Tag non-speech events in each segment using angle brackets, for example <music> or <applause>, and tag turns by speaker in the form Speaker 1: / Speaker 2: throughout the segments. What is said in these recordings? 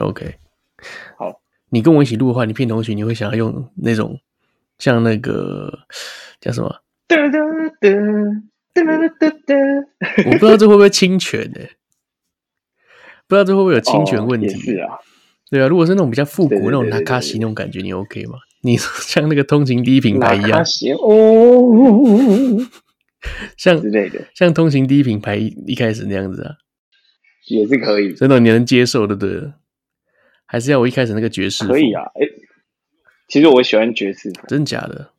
Speaker 1: OK，
Speaker 2: 好，
Speaker 1: 你跟我一起录的话，你骗同学，你会想要用那种像那个叫什么？
Speaker 2: 哒哒哒哒哒哒哒，
Speaker 1: 我不知道这会不会侵权呢、不知道这会不会有侵权问
Speaker 2: 哦
Speaker 1: 题？
Speaker 2: 也是啊，
Speaker 1: 对啊，如果是那种比较复
Speaker 2: 对对
Speaker 1: 古那种
Speaker 2: 对对
Speaker 1: 纳
Speaker 2: 对
Speaker 1: 卡西那种感觉，你 OK 吗？你说像那个通勤第一品牌一
Speaker 2: 拉卡
Speaker 1: 样，
Speaker 2: 西哦
Speaker 1: 像
Speaker 2: 之类的，
Speaker 1: 像通勤第一品牌一一开始那样子啊，
Speaker 2: 也是可以，
Speaker 1: 真的你能接受的，对了还是要我一开始那个爵士？
Speaker 2: 可以，啊。哎，其实我喜欢爵士风，
Speaker 1: 真假的？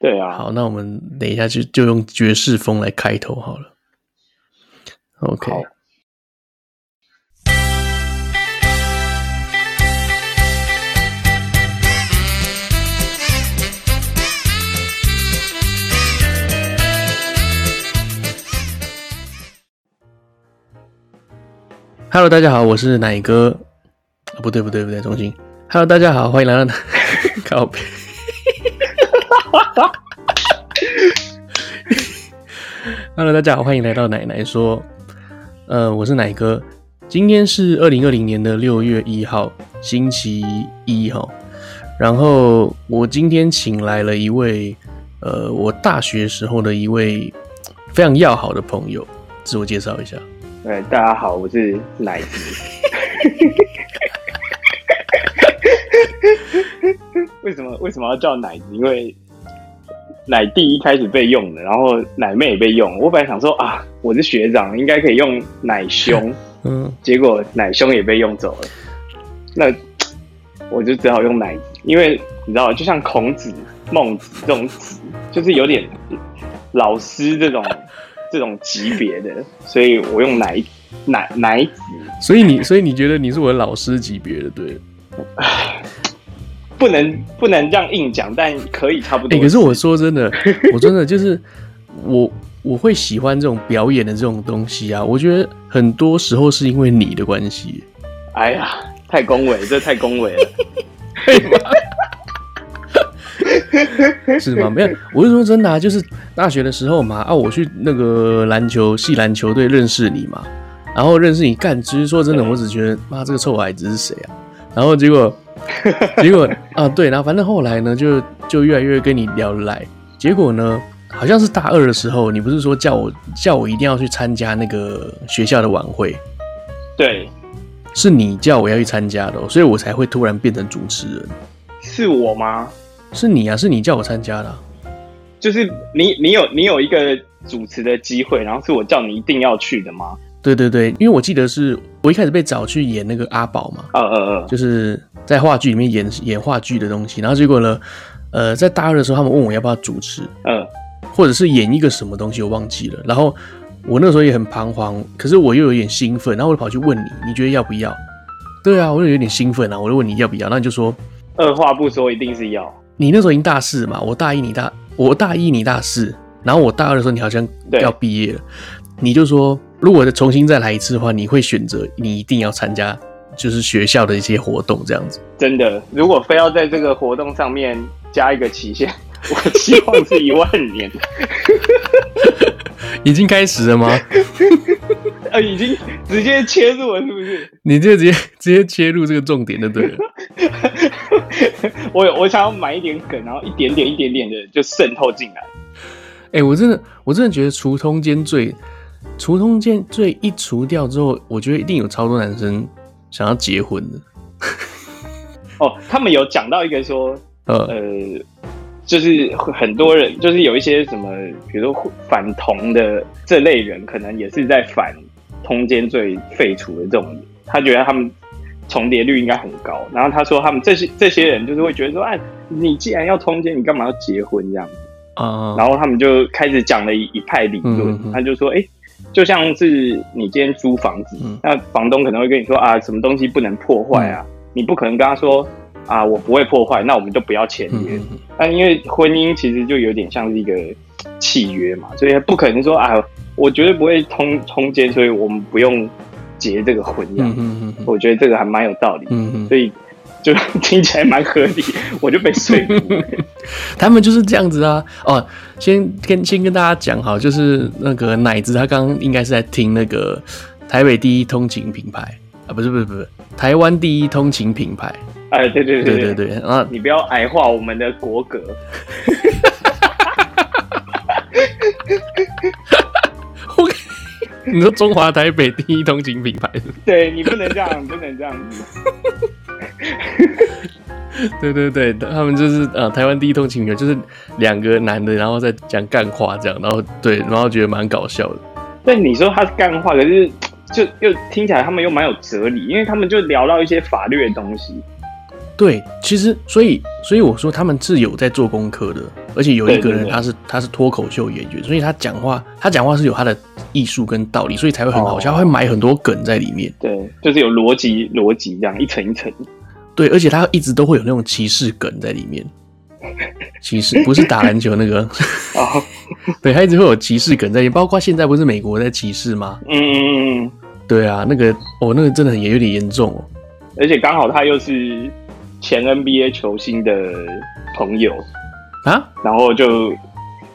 Speaker 2: 对啊，
Speaker 1: 好，那我们等一下就就用爵士风来开头好了。OK，
Speaker 2: 好
Speaker 1: ，Hello，大家好，我是奶哥。啊，不对，不对，不对，重新。Hello，大家好，欢迎来到 <laughs> 靠背。Hello，大家好，欢迎来到奶奶说。呃，我是奶哥，今天是二零二零年的六月一号，星期一哈。然后我今天请来了一位，呃，我大学时候的一位非常要好的朋友，自我介绍一下。
Speaker 2: 哎，大家好，我是奶子。 <laughs> 为什么为什么要叫奶子？因为奶弟一开始被用的，然后奶妹也被用。我本来想说啊，我是学长，应该可以用奶兄，
Speaker 1: 嗯，
Speaker 2: 结果奶兄也被用走了。那我就只好用奶子，因为你知道，就像孔子、孟子这种子，就是有点老师这种这种级别的，所以我用奶奶奶子，
Speaker 1: 所以你，所以你觉得你是我的老师级别的，对？
Speaker 2: 不能不能这样硬讲，但可以差不
Speaker 1: 哎、
Speaker 2: 多。
Speaker 1: 可是我 <laughs> 说真的，我真的就是我我会喜欢这种表演的这种东西啊，我觉得很多时候是因为你的关系。
Speaker 2: 哎呀，太恭维，这太恭维了。
Speaker 1: <laughs> 是吗？没有，我是说真的啊，就是大学的时候嘛，啊，我去那个篮球系篮球队认识你嘛，然后认识你干，其实说真的，我只觉得妈这个臭孩子是谁啊？然后结果，结果啊，对，然后反正后来呢，就就越来越跟你聊得来，结果呢，好像是大二的时候，你不是说叫我叫我一定要去参加那个学校的晚会，
Speaker 2: 对，
Speaker 1: 是你叫我要去参加的哦、所以我才会突然变成主持人。
Speaker 2: 是我吗？
Speaker 1: 是你啊，是你叫我参加的啊、
Speaker 2: 就是你，你有你有一个主持的机会，然后是我叫你一定要去的吗？
Speaker 1: 对对对，因为我记得是我一开始被找去演那个阿宝嘛，
Speaker 2: 呃呃呃，
Speaker 1: 就是在话剧里面演演话剧的东西，然后结果呢，呃，在大二的时候，他们问我要不要主持，
Speaker 2: 嗯，
Speaker 1: 或者是演一个什么东西，我忘记了。然后我那时候也很彷徨，可是我又有点兴奋，然后我就跑去问你，你觉得要不要？对啊，我就有点兴奋啊，我就问你要不要，那你就说
Speaker 2: 二话不说，一定是要。
Speaker 1: 你那时候已经大四嘛，我大一你大我大一你大四，然后我大二的时候你好像
Speaker 2: 对
Speaker 1: 要毕业了，你就说如果重新再来一次的话，你会选择你一定要参加就是学校的一些活动这样子。
Speaker 2: 真的，如果非要在这个活动上面加一个期限， <laughs> 我希望是一万年。
Speaker 1: 已经开始了吗？
Speaker 2: <laughs> 呃，已经直接切入了，是不是？
Speaker 1: <laughs> 你就直接直接切入这个重点就对了。
Speaker 2: <laughs>
Speaker 1: <laughs>
Speaker 2: 我我想要买一点梗，然后一点点一点点的就渗透进来。
Speaker 1: 哎、我真的我真的觉得除通奸罪，除通奸罪一除掉之后，我觉得一定有超多男生想要结婚的。
Speaker 2: 哦，他们有讲到一个说，
Speaker 1: 呃，
Speaker 2: 呃，就是很多人，就是有一些什么，比如说反同的这类人，可能也是在反通奸罪废除的这种，他觉得他们重叠率应该很高。然后他说，他们这些这些人就是会觉得说，哎、你既然要通奸，你干嘛要结婚这样子？
Speaker 1: 啊、
Speaker 2: 然后他们就开始讲了一一派理论
Speaker 1: 嗯，嗯嗯
Speaker 2: 他就说，哎、就像是你今天租房子，
Speaker 1: 嗯
Speaker 2: 那房东可能会跟你说啊，什么东西不能破坏啊，你不可能跟他说啊，我不会破坏，那我们就不要签
Speaker 1: 嗯
Speaker 2: 约。
Speaker 1: 嗯嗯
Speaker 2: 但因为婚姻其实就有点像是一个契约嘛，所以不可能说啊，我绝对不会通通奸，所以我们不用结这个婚这样。
Speaker 1: 嗯嗯嗯
Speaker 2: 我觉得这个还蛮有道理，
Speaker 1: 嗯嗯，
Speaker 2: 所以就听起来蛮合理， <laughs> 我就被说服了。
Speaker 1: 他们就是这样子啊。哦，先跟先跟大家讲好，就是那个奶子他刚刚应该是在听那个台北第一通勤品牌啊，不是不是不是，台湾第一通勤品牌。
Speaker 2: 哎，对对
Speaker 1: 对
Speaker 2: 对
Speaker 1: 对，对，啊，
Speaker 2: 你不要矮化我们的国格。
Speaker 1: 我跟你你说中华台北第一通勤品牌，
Speaker 2: 对你不能这样，不能这样子。
Speaker 1: 对对对，他们就是呃台湾第一通勤品牌，就是两个男的，然后在讲干话这样，然后对，然后觉得蛮搞笑的。
Speaker 2: 但你说他是干话，可是就又听起来他们又蛮有哲理，因为他们就聊到一些法律的东西。
Speaker 1: 对，其实所以所以我说他们是有在做功课的，而且有一个
Speaker 2: 对对
Speaker 1: 人
Speaker 2: 对
Speaker 1: 他是他是脱口秀演员，所以他讲话他讲话是有他的艺术跟道理，所以才会很好笑，
Speaker 2: 哦
Speaker 1: 他会埋很多梗在里面。
Speaker 2: 对，就是有逻辑，逻辑这样一层一层。
Speaker 1: 对，而且他一直都会有那种歧视梗在里
Speaker 2: <laughs>
Speaker 1: 面。歧视不是打篮球那个， <laughs>
Speaker 2: 哦，
Speaker 1: 对他一直会有歧视梗在里面，包括现在不是美国在歧视吗？
Speaker 2: 嗯嗯嗯嗯，
Speaker 1: 对啊，那个哦，那个真的很也有点严重哦。
Speaker 2: 而且刚好他又是前 NBA 球星的朋友，
Speaker 1: 啊，
Speaker 2: 然后就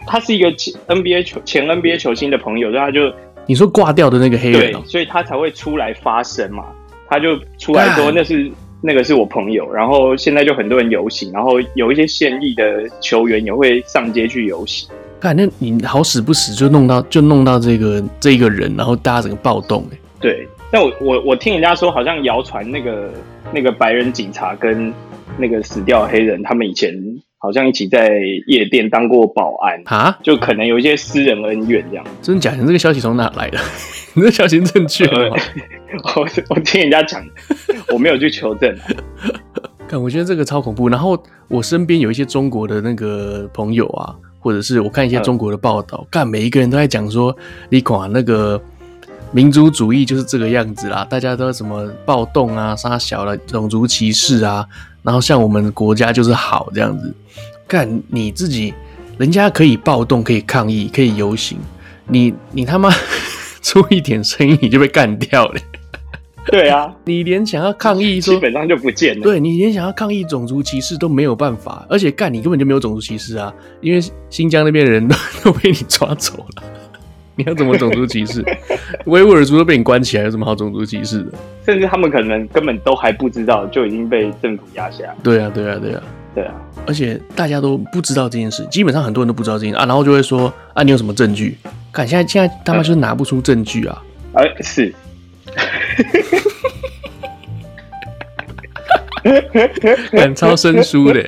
Speaker 2: 他是一个前 NBA 球前 NBA 球星的朋友，所以他就
Speaker 1: 你说挂掉的那个黑
Speaker 2: 对
Speaker 1: 人哦，，
Speaker 2: 所以他才会出来发声嘛。他就出来说
Speaker 1: 干
Speaker 2: 那是那个是我朋友，然后现在就很多人游行，然后有一些现役的球员也会上街去游行。
Speaker 1: 看那你好死不死就弄到就弄到这个这一个人，然后大家整个暴动哎、
Speaker 2: 对，但我我我听人家说，好像谣传那个那个白人警察跟那个死掉的黑人，他们以前好像一起在夜店当过保安，
Speaker 1: 啊，
Speaker 2: 就可能有一些私人恩怨这样。
Speaker 1: 真的假的？这个消息从哪来的？ <laughs> 你这消息正确吗？
Speaker 2: <laughs> 我我听人家讲，我没有去求证、啊。
Speaker 1: 看，我觉得这个超恐怖。然后我身边有一些中国的那个朋友啊，或者是我看一些
Speaker 2: 嗯
Speaker 1: 中国的报道，看、每一个人都在讲说，你管那个民族主义就是这个样子啦，大家都什么暴动啊、杀小了、种族歧视啊，然后像我们国家就是好这样子。干你自己，人家可以暴动，可以抗议，可以游行，你你他妈 <laughs> 出一点声音你就被干掉了，
Speaker 2: 对啊，
Speaker 1: 你连想要抗议
Speaker 2: 基
Speaker 1: 说
Speaker 2: 本上就不见了。
Speaker 1: 对你连想要抗议种族歧视都没有办法，而且干你根本就没有种族歧视啊，因为新疆那边的人都 <laughs> 都被你抓走了， <laughs> 你要怎么种族歧
Speaker 2: <laughs>
Speaker 1: 视？维吾尔族都被你关起来，有什么好种族歧视的？
Speaker 2: 甚至他们可能根本都还不知道，就已经被政府压下。
Speaker 1: 对啊，对啊，对啊，
Speaker 2: 对啊，
Speaker 1: 而且大家都不知道这件事，基本上很多人都不知道这件事啊，然后就会说啊，你有什么证据？看现在现在
Speaker 2: 啊
Speaker 1: 他妈就是拿不出证据啊，
Speaker 2: 而、哎是
Speaker 1: 很超生疏的。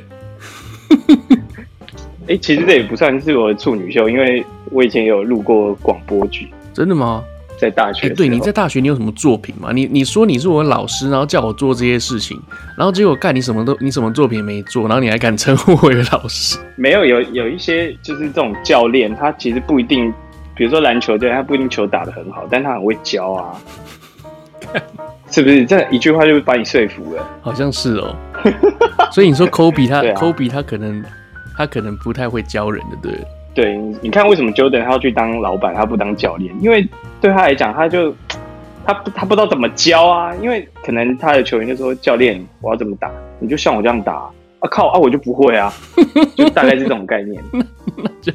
Speaker 2: 哎、其实这也不算是我的处女秀，因为我以前有录过广播剧，
Speaker 1: 真的吗？
Speaker 2: 在大学
Speaker 1: 哎、
Speaker 2: 的时候、
Speaker 1: 对，你在大学你有什么作品吗？你你说你是我的老师，然后叫我做这些事情，然后结果干你什么都你什么作品也没做，然后你还敢称呼我为老师？
Speaker 2: 没有有有一些就是这种教练，他其实不一定，比如说篮球队，他不一定球打得很好，但他很会教啊，是不是？这一句话就把你说服了。
Speaker 1: 好像是
Speaker 2: <laughs>
Speaker 1: 哦。所以你说科比他
Speaker 2: 对啊
Speaker 1: 科比、他可能他可能不太会教人的，对了
Speaker 2: 对，你你看为什么 Jordan 他要去当老板，他不当教练？因为对他来讲，他就他不他不知道怎么教啊，因为可能他的球员就说教练我要怎么打，你就像我这样打啊啊靠啊我就不会啊，就大概是这种概念。
Speaker 1: 就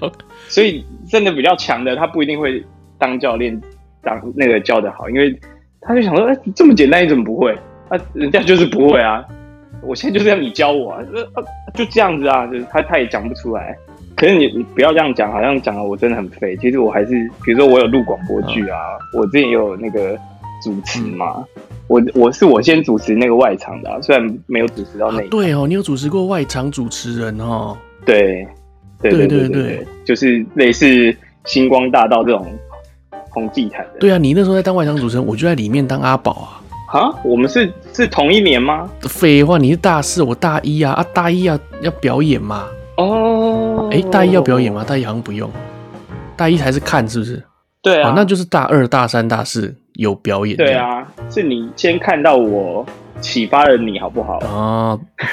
Speaker 2: 所以真的比较强的，他不一定会当教练，当那个教的好，因为他就想说，哎、这么简单你怎么不会？啊，人家就是不会啊，我现在就是要你教我啊，呃啊就这样子啊，就是他他也讲不出来。可是你你不要这样讲，好像讲的我真的很废。其实我还是，比如说我有录广播剧啊，我之前也有那个主持嘛，我我是我先主持那个外场的、啊，虽然没有主持到
Speaker 1: 啊
Speaker 2: 内场。
Speaker 1: 对哦，你有主持过外场主持人哦，
Speaker 2: 对，对
Speaker 1: 对对
Speaker 2: 对对
Speaker 1: 对
Speaker 2: 对对，就是类似星光大道这种红地毯的。
Speaker 1: 对啊，你那时候在当外场主持人，我就在里面当阿宝啊。
Speaker 2: 啊，我们是是同一年吗？
Speaker 1: 废话，你是大四，我大一啊，啊大一要要表演嘛，
Speaker 2: 哦，
Speaker 1: 哎、大一要表演？吗？大一好像不用，大一还是看是不是？
Speaker 2: 对啊，
Speaker 1: 哦，那就是大二、大三、大四有表演。
Speaker 2: 对。啊，是你先看到我，启发了你好不好？
Speaker 1: 哦， <laughs>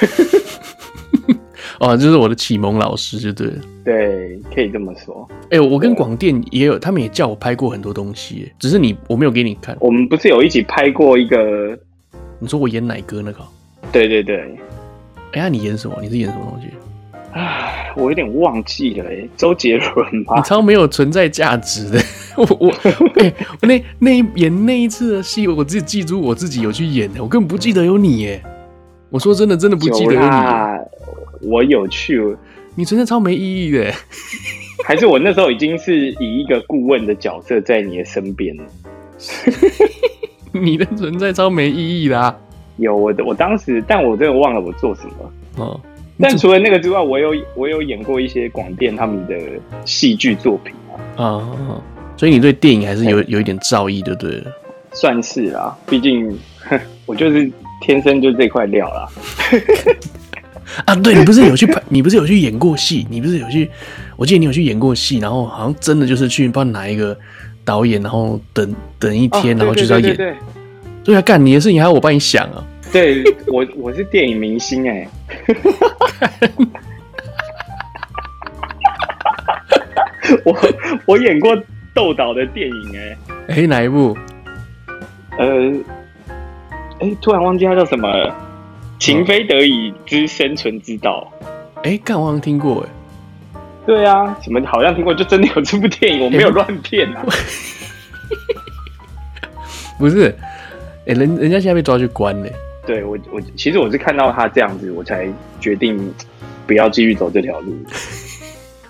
Speaker 1: 哦，这是我的启蒙老师，就对了。
Speaker 2: 对，可以这么说。
Speaker 1: 哎、我跟广电也有，他们也叫我拍过很多东西耶，只是你我没有给你看。
Speaker 2: 我们不是有一起拍过一个？
Speaker 1: 你说我演奶哥那个哦？
Speaker 2: 对对对，
Speaker 1: 哎、呀，你演什么？你是演什么东西？
Speaker 2: 唉，我有点忘记了、欸，周杰伦
Speaker 1: 你
Speaker 2: 吧？
Speaker 1: 超没有存在价值的。 <laughs> 我我哎、我那那一演那一次的戏，我只记住我自己有去演的，我根本不记得有你耶。我说真的，真的不记得有
Speaker 2: 有
Speaker 1: 你，
Speaker 2: 啦，我有去，
Speaker 1: 你真的超没意义的 <laughs> 耶。
Speaker 2: 还是我那时候已经是以一个顾问的角色在你的身边了。
Speaker 1: 你的存在超没意义啦、啊
Speaker 2: 有我的，我当时，但我真的忘了我做什么。
Speaker 1: 哦，你
Speaker 2: 但
Speaker 1: 怎
Speaker 2: 除了那个之外，我有我有演过一些广电他们的戏剧作品啊，
Speaker 1: 啊，所以你对电影还是
Speaker 2: 哎
Speaker 1: 有有一点造诣，就对了。
Speaker 2: 算是啦、毕竟我就是天生就这块料啦。
Speaker 1: 啊，对你不是有去拍， <laughs> 你不是有去演过戏，你不是有去，我记得你有去演过戏，然后好像真的就是去不知道哪一个导演，然后等等一天，然后就是要演。
Speaker 2: 哦对
Speaker 1: 对啊，干你的事情还要我帮你想啊。
Speaker 2: 对对对，对我我是电影明星哎、 <laughs> 我我演过豆导的电影哎、
Speaker 1: 哎、哪一部？
Speaker 2: 呃，哎、突然忘记它叫什么了，《情非得已之生存之道》。
Speaker 1: 哎、干我好像听过哎、
Speaker 2: 对啊，什么好像听过，就真的有这部电影，我没有乱骗啊。
Speaker 1: 不是， <laughs> 哎、人人家现在被抓去关嘞、
Speaker 2: 对我，我其实我是看到他这样子，我才决定不要继续走这条路。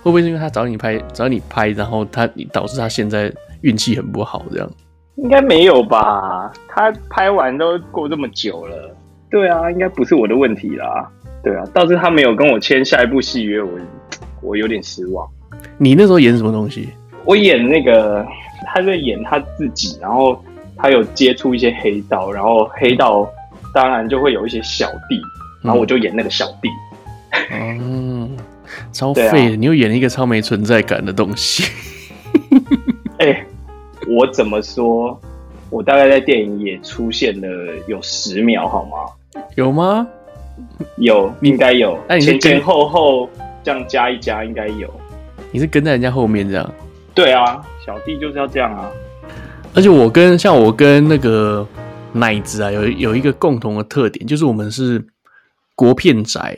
Speaker 1: 会不会是因为他找你拍，找你拍，然后他导致他现在运气很不好这样？
Speaker 2: 应该没有吧？他拍完都过这么久了，对啊，应该不是我的问题啦。对啊，倒是他没有跟我签下一部戏约，我我有点失望。
Speaker 1: 你那时候演什么东西？
Speaker 2: 我演那个，他在演他自己，然后他有接触一些黑道，然后黑道当然就会有一些小弟，
Speaker 1: 嗯
Speaker 2: 然后我就演那个小弟。
Speaker 1: 哦，超
Speaker 2: 对啊
Speaker 1: 废的，你又演了一个超没存在感的东西。 <laughs>
Speaker 2: 哎、我怎么说？我大概在电影也出现了有十秒，好吗？
Speaker 1: 有吗？
Speaker 2: 有，
Speaker 1: 你
Speaker 2: 应该有，
Speaker 1: 那你是
Speaker 2: 前前
Speaker 1: 跟
Speaker 2: 后后这样加一加，应该有。
Speaker 1: 你是跟在人家后面这样？
Speaker 2: 对啊，小弟就是要这样啊。
Speaker 1: 而且我跟像我跟那个奶子啊，有有一个共同的特点，就是我们是国片宅。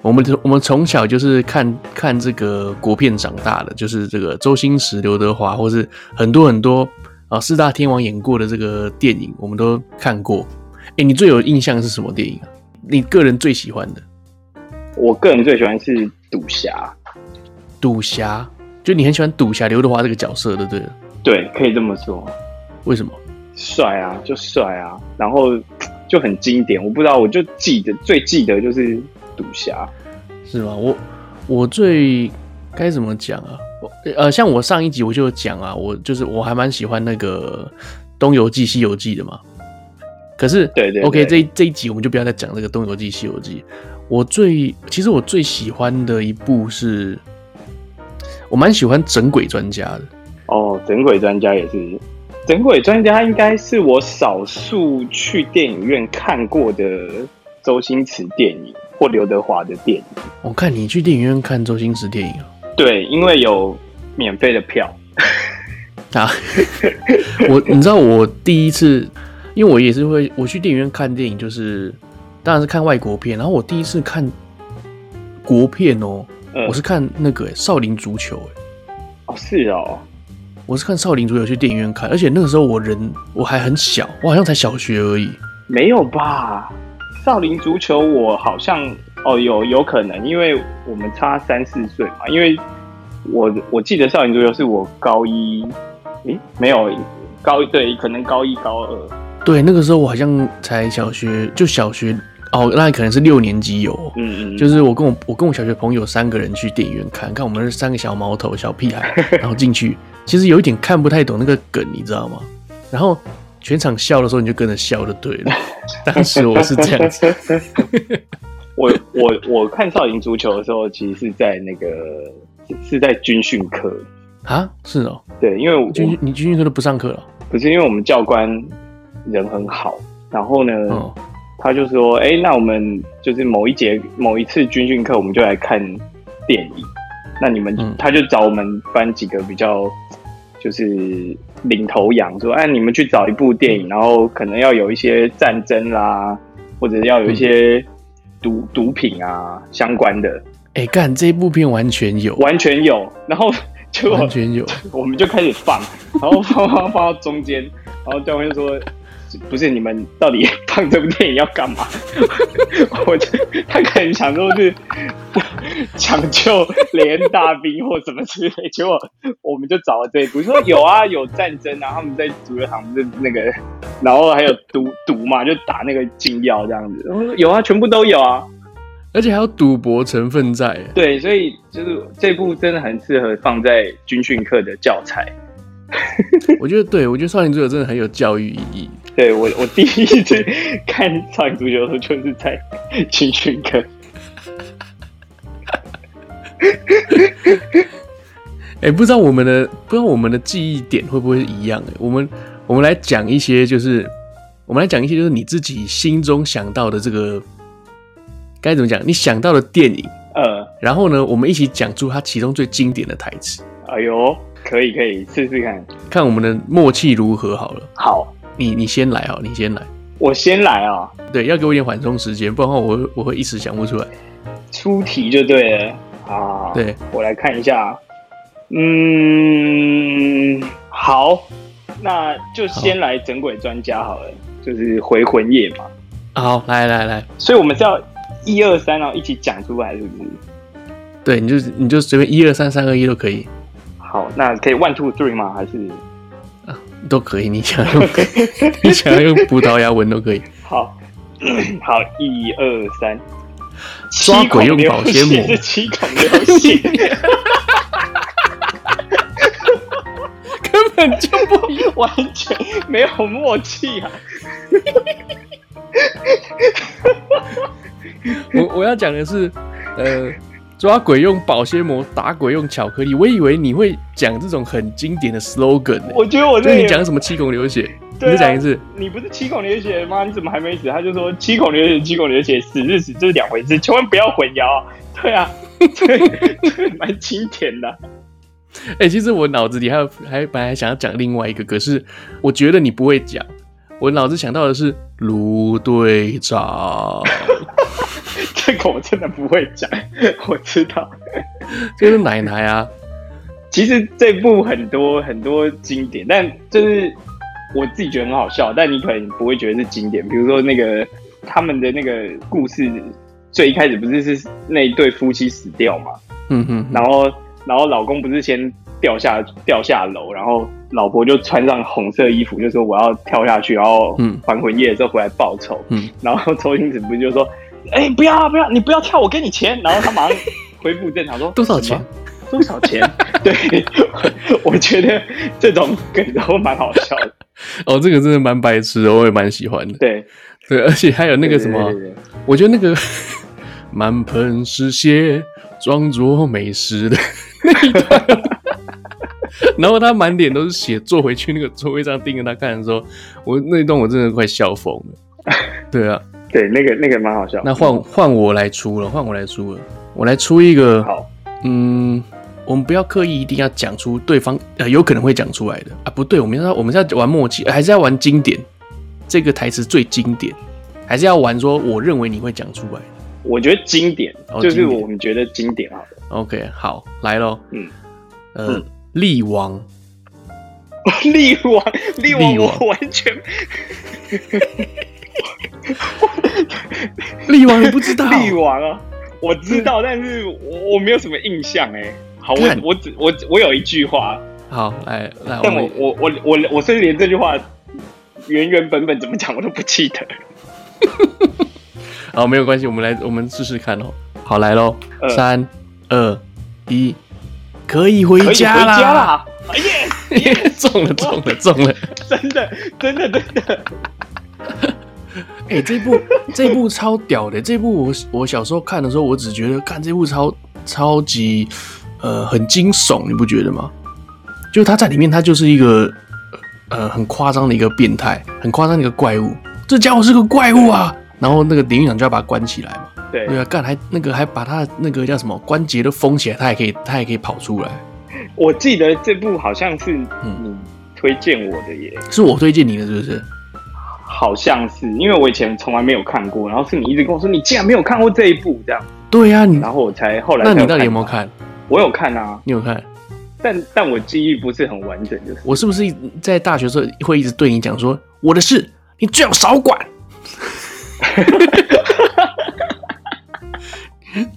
Speaker 1: 我们我们从小就是看看这个国片长大的，就是这个周星驰、刘德华，或是很多很多啊四大天王演过的这个电影，我们都看过。哎，你最有印象是什么电影啊？你个人最喜欢的？
Speaker 2: 我个人最喜欢是赌侠，
Speaker 1: 赌侠，就你很喜欢赌侠刘德华这个角色，对不对了？
Speaker 2: 对，可以这么说，
Speaker 1: 为什么？
Speaker 2: 帅啊，就帅啊，然后就很经典。我不知道，我就记得最记得就是赌侠。
Speaker 1: 是吗？我我最该怎么讲啊？我呃，像我上一集我就有讲啊，我就是我还蛮喜欢那个《东游记》《西游记》的嘛。可是，
Speaker 2: 对对
Speaker 1: OK，
Speaker 2: 对
Speaker 1: 这一这一集我们就不要再讲这个《东游记》《西游记》。我最其实我最喜欢的一部是，我蛮喜欢《整鬼专家》的。
Speaker 2: 哦，整鬼专家也是，整鬼专家应该是我少数去电影院看过的周星驰电影或刘德华的电影。
Speaker 1: 我看你去电影院看周星驰电影啊。
Speaker 2: 对，因为有免费的票。
Speaker 1: 啊， <laughs> 我你知道我第一次，因为我也是会我去电影院看电影，就是当然是看外国片，然后我第一次看国片哦，
Speaker 2: 嗯
Speaker 1: 我是看那个、欸少林足球、欸，
Speaker 2: 哦，是哦，
Speaker 1: 我是看少林足球去电影院看，而且那个时候我人我还很小，我好像才小学而已，
Speaker 2: 没有吧？少林足球我好像哦有有可能，因为我们差三四岁嘛。因为我我记得少林足球是我高一，诶，没有高一对，可能高一高二。
Speaker 1: 对，那个时候我好像才小学，就小学哦，那可能是六年级有哦、
Speaker 2: 嗯嗯，
Speaker 1: 就是是我跟我我跟我小学朋友三个人去电影院看，看我们是三个小毛头小屁孩， <laughs> 然后进去，其实有一点看不太懂那个梗，你知道吗？然后全场笑的时候，你就跟着笑就对了。当时我是这样子， <laughs>
Speaker 2: <laughs> 我我我看少林足球的时候，其实是在那个是在军训课。
Speaker 1: 啊，是哦，
Speaker 2: 对，因为我
Speaker 1: 军训你军训课都不上课了，
Speaker 2: 不是因为我们教官人很好，然后呢，
Speaker 1: 嗯，
Speaker 2: 他就说：“哎、那我们就是某一节某一次军训课，我们就来看电影。那你们、
Speaker 1: 嗯
Speaker 2: 他就找我们班几个比较就是领头羊，说：哎、你们去找一部电影，
Speaker 1: 嗯
Speaker 2: 然后可能要有一些战争啦，或者要有一
Speaker 1: 嗯
Speaker 2: 些毒、毒品啊相关的，
Speaker 1: 哎、干这部片完全有，
Speaker 2: 完全有。然后结果
Speaker 1: 完全有，
Speaker 2: 我们就开始放，然后放放放到中间， <laughs> 然后教官就说：“不是你们到底放这部电影要干嘛？” <laughs> 我就他可能想说是 <laughs> 抢救连大兵或什么之类，结果我们就找了这一部，说有啊有战争啊，他们在足球场不是那个，然后还有毒毒嘛，就打那个禁药这样子。我说有啊，全部都有啊。
Speaker 1: 而且还有赌博成分在耶。
Speaker 2: 对，所以就是这部真的很适合放在军训课的教材。
Speaker 1: 我觉得对，我觉得少年足球真的很有教育意义。
Speaker 2: 对我，我第一次看少林足球的时候，就是在军训课。
Speaker 1: 哎、不知道我们的不知道我们的记忆点会不会一样、欸？我们我们来讲一些，就是我们来讲一些，就是你自己心中想到的这个该怎么讲？你想到的电影，
Speaker 2: 呃，
Speaker 1: 然后呢，我们一起讲出它其中最经典的台词，
Speaker 2: 哎呦，可以可以试试看。
Speaker 1: 看我们的默契如何好了。
Speaker 2: 好，
Speaker 1: 你你先来好，你先来。
Speaker 2: 我先来啊，
Speaker 1: 对，要给我一点缓冲时间，不然的话我会我会一时想不出来。
Speaker 2: 出题就对了啊。
Speaker 1: 对，
Speaker 2: 我来看一下。嗯，好，那就先来整鬼专家好了，就是回魂夜嘛。
Speaker 1: 好，来来来，
Speaker 2: 所以我们是要一二三，哦然后一起讲出来，是不是？
Speaker 1: 对，你就你就随便一二三三二一都可以，
Speaker 2: 好，那可以 one two three 吗？还是
Speaker 1: 都可以，你想要 <laughs> 用你想要用葡萄牙文都可以。
Speaker 2: 好， <coughs> 好，一二三，
Speaker 1: 抓鬼用保鲜膜
Speaker 2: 七孔流血是七孔流血，
Speaker 1: 根本就不
Speaker 2: <laughs> 完全没有默契啊！
Speaker 1: 我我要讲的是，呃，抓鬼用保鲜膜，打鬼用巧克力。我以为你会讲这种很经典的 slogan 呢、
Speaker 2: 我觉得我
Speaker 1: 就是
Speaker 2: 这
Speaker 1: 你讲什么七孔流血，
Speaker 2: 对啊
Speaker 1: 你再讲一次。
Speaker 2: 你不是七孔流血吗？你怎么还没死？他就说七孔流血，七孔流血，死是死，这是两回事，千万不要混淆啊。对啊， <laughs> 这这蛮经典的啊。
Speaker 1: 哎、其实我脑子里还有还本来还想要讲另外一个，可是我觉得你不会讲。我脑子想到的是卢队
Speaker 2: <laughs>
Speaker 1: 长，
Speaker 2: 这个我真的不会讲， <laughs> 我知道。
Speaker 1: 就是奶奶啊。
Speaker 2: 其实这部很多很多经典，但就是我自己觉得很好笑，但你可能不会觉得是经典。比如说那个他们的那个故事，最一开始不是是那一对夫妻死掉嘛，
Speaker 1: 嗯哼哼，
Speaker 2: 然后然后老公不是先掉下掉下楼，然后老婆就穿上红色衣服，就说我要跳下去，然后
Speaker 1: 嗯
Speaker 2: 还魂夜的时候回来报仇。
Speaker 1: 嗯，
Speaker 2: 然后周星驰不是就说：“哎、不要啊不要，你不要跳，我给你钱。”然后他马上恢复正常说：“
Speaker 1: 多少钱
Speaker 2: 什么？多少钱？” <laughs> 对，我我觉得这种梗都蛮好笑的。
Speaker 1: 哦，这个真的蛮白痴的，我也蛮喜欢的。
Speaker 2: 对，
Speaker 1: 对，而且还有那个什么，
Speaker 2: 对对对对
Speaker 1: 我觉得那个 <laughs> 满盆是血，装作没事的 <laughs> 那一段， <laughs> 然后他满脸都是血，坐回去那个座位上盯着他看的时候，我那一段我真的快笑疯了。对啊，
Speaker 2: 对那个那个蛮好笑。
Speaker 1: 那换换我来出了，换我来出了，我来出一个，
Speaker 2: 好，
Speaker 1: 嗯，我们不要刻意一定要讲出对方呃有可能会讲出来的啊，不对，我们要我们是要玩默契，呃还是要玩经典？这个台词最经典，还是要玩说我认为你会讲出来。
Speaker 2: 我觉得经典、
Speaker 1: 哦
Speaker 2: 就是
Speaker 1: 经典
Speaker 2: 我们觉得经典好了。 <laughs>
Speaker 1: OK，好，来喽。
Speaker 2: 嗯，
Speaker 1: 呃
Speaker 2: 嗯，
Speaker 1: 力
Speaker 2: <laughs>
Speaker 1: 王，
Speaker 2: 力王，力王，
Speaker 1: 力王
Speaker 2: 我完全
Speaker 1: 力王你不知道？
Speaker 2: 力王啊，我知道，但是我我没有什么印象哎、好，我
Speaker 1: 看
Speaker 2: 我只我我有一句话，
Speaker 1: 好，来来，
Speaker 2: 但
Speaker 1: 们
Speaker 2: 我我我我我甚至连这句话原原本本怎么讲我都不记得。
Speaker 1: 好，没有关系，我们来，我们试试看哦。好，来喽，
Speaker 2: 呃
Speaker 1: 三二一，可以回
Speaker 2: 可以回
Speaker 1: 家啦！
Speaker 2: 家啦！哎耶，
Speaker 1: <laughs> 中了，中了，中了！
Speaker 2: 真的真的真的，
Speaker 1: 哎、这部这部超屌的，这部我我小时候看的时候，我只觉得看这部超超级呃很惊悚，你不觉得吗？就他在里面，他就是一个呃很夸张的一个变态，很夸张的一个怪物。这家伙是个怪物啊！然后那个林院长就要把他关起来嘛。
Speaker 2: 对
Speaker 1: 对啊，干还那个还把他的那个叫什么关节都封起来，他也可以他也可以跑出来。
Speaker 2: 我记得这部好像是
Speaker 1: 嗯
Speaker 2: 你推荐我的耶，
Speaker 1: 是我推荐你的，是不是？
Speaker 2: 好像是，因为我以前从来没有看过，然后是你一直跟我说你竟然没有看过这一部这样，
Speaker 1: 对呀、啊，你
Speaker 2: 然后我才后来
Speaker 1: 那
Speaker 2: 才
Speaker 1: 你到底有
Speaker 2: 看
Speaker 1: 没有看？
Speaker 2: 我有看啊，
Speaker 1: 你有看？
Speaker 2: 但但我记忆不是很完整，就是
Speaker 1: 我是不是一在大学的时候会一直对你讲说我的事你最好少管？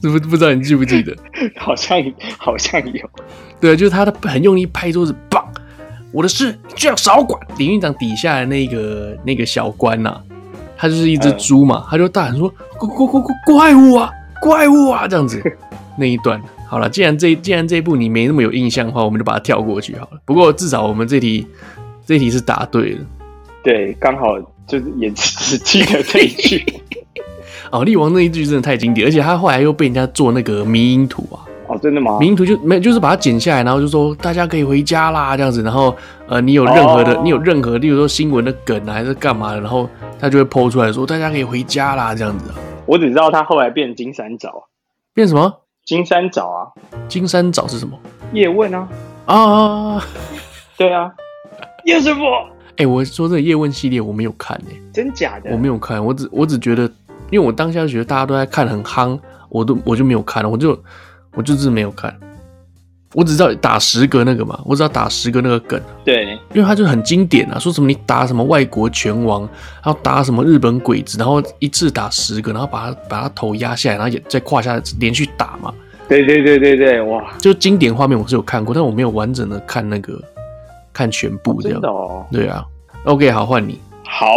Speaker 1: 是不不知道你记不记得？
Speaker 2: 好像好像有，
Speaker 1: 对，就是他的很用力拍桌子，棒！我的事你最好少管。李院长底下的那个那个小官呐、他就是一只
Speaker 2: 嗯
Speaker 1: 猪嘛，他就大喊说怪怪怪怪怪物啊，怪物啊这样子那一段。好了，既然这既然这一部你没那么有印象的话，我们就把它跳过去好了。不过至少我们这题这题是答对了。
Speaker 2: 对，刚好就是也只只记得这一句
Speaker 1: <laughs> 哦，力王那一句真的太经典，而且他后来又被人家做那个迷因图啊，
Speaker 2: 哦，真的吗？
Speaker 1: 迷因图就没就是把它剪下来，然后就说大家可以回家啦这样子，然后呃你有任何的、
Speaker 2: 哦
Speaker 1: 你有任何，例如说新闻的梗啊还是干嘛的，然后他就会剖出来说大家可以回家啦这样子啊、
Speaker 2: 我只知道他后来变金三角，
Speaker 1: 变什么
Speaker 2: 金三角啊，
Speaker 1: 金山找是什么
Speaker 2: 叶问啊，
Speaker 1: 啊？
Speaker 2: 对啊，叶师傅，
Speaker 1: 哎、我说这个叶问系列我没有看哎、
Speaker 2: 真假的？
Speaker 1: 我没有看，我只我只觉得，因为我当下就觉得大家都在看很夯，我都我就没有看，我就我就是没有看，我只知道打十个那个嘛，我只知道打十个那个梗，
Speaker 2: 对
Speaker 1: 因为它就很经典啊，说什么你打什么外国拳王，然后打什么日本鬼子，然后一次打十个，然后把他把他头压下来，然后也在胯下连续打嘛，
Speaker 2: 对对对对对，哇，
Speaker 1: 就经典画面我是有看过，但我没有完整的看那个看全部这
Speaker 2: 真
Speaker 1: 样，
Speaker 2: 的哦。
Speaker 1: 对啊，OK 好换你，
Speaker 2: 好，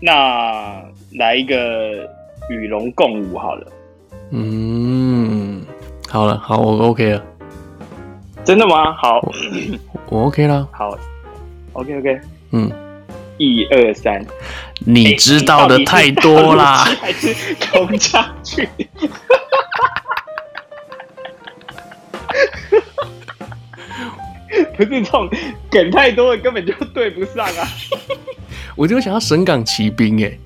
Speaker 2: 那来一个与龙共舞好了。
Speaker 1: 嗯，好了好我 OK 了。
Speaker 2: 真的吗？好，
Speaker 1: 我 OK 啦，
Speaker 2: 好，OK OK，
Speaker 1: 嗯，
Speaker 2: 一二三，
Speaker 1: 你知道的太多啦。
Speaker 2: 诶你到底是到底是还是同家去？ <laughs> 不是这种梗太多了，根本就对不上啊！
Speaker 1: <laughs> 我就想要神港骑兵、欸，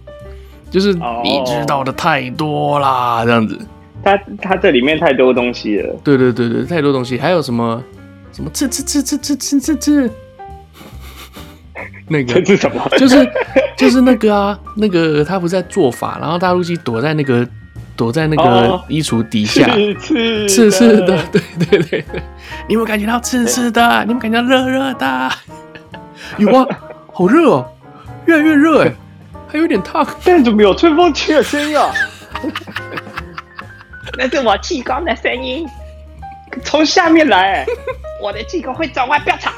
Speaker 1: 就是
Speaker 2: 哦
Speaker 1: 你知道的太多啦，这样子。
Speaker 2: 它它这里面太多东西了。
Speaker 1: 对对对对，太多东西，还有什么什么这这这这这这这这， <laughs> 那个
Speaker 2: 这是什么？
Speaker 1: 就是就是那个啊，那个他不是在做法，然后大陆机躲在那个躲在那个
Speaker 2: 哦
Speaker 1: 衣橱底下。 <laughs>
Speaker 2: 刺刺
Speaker 1: 刺刺的，对对对对，你有没有感觉到刺刺的？你有没有感觉到热热 <laughs> 的？有啊，好热哦，越来越热哎，还有点烫。
Speaker 2: 但怎么有吹风机的声音啊？ <laughs> 那是我气功的声音，从下面来、 <laughs> 我的气功会转换标场。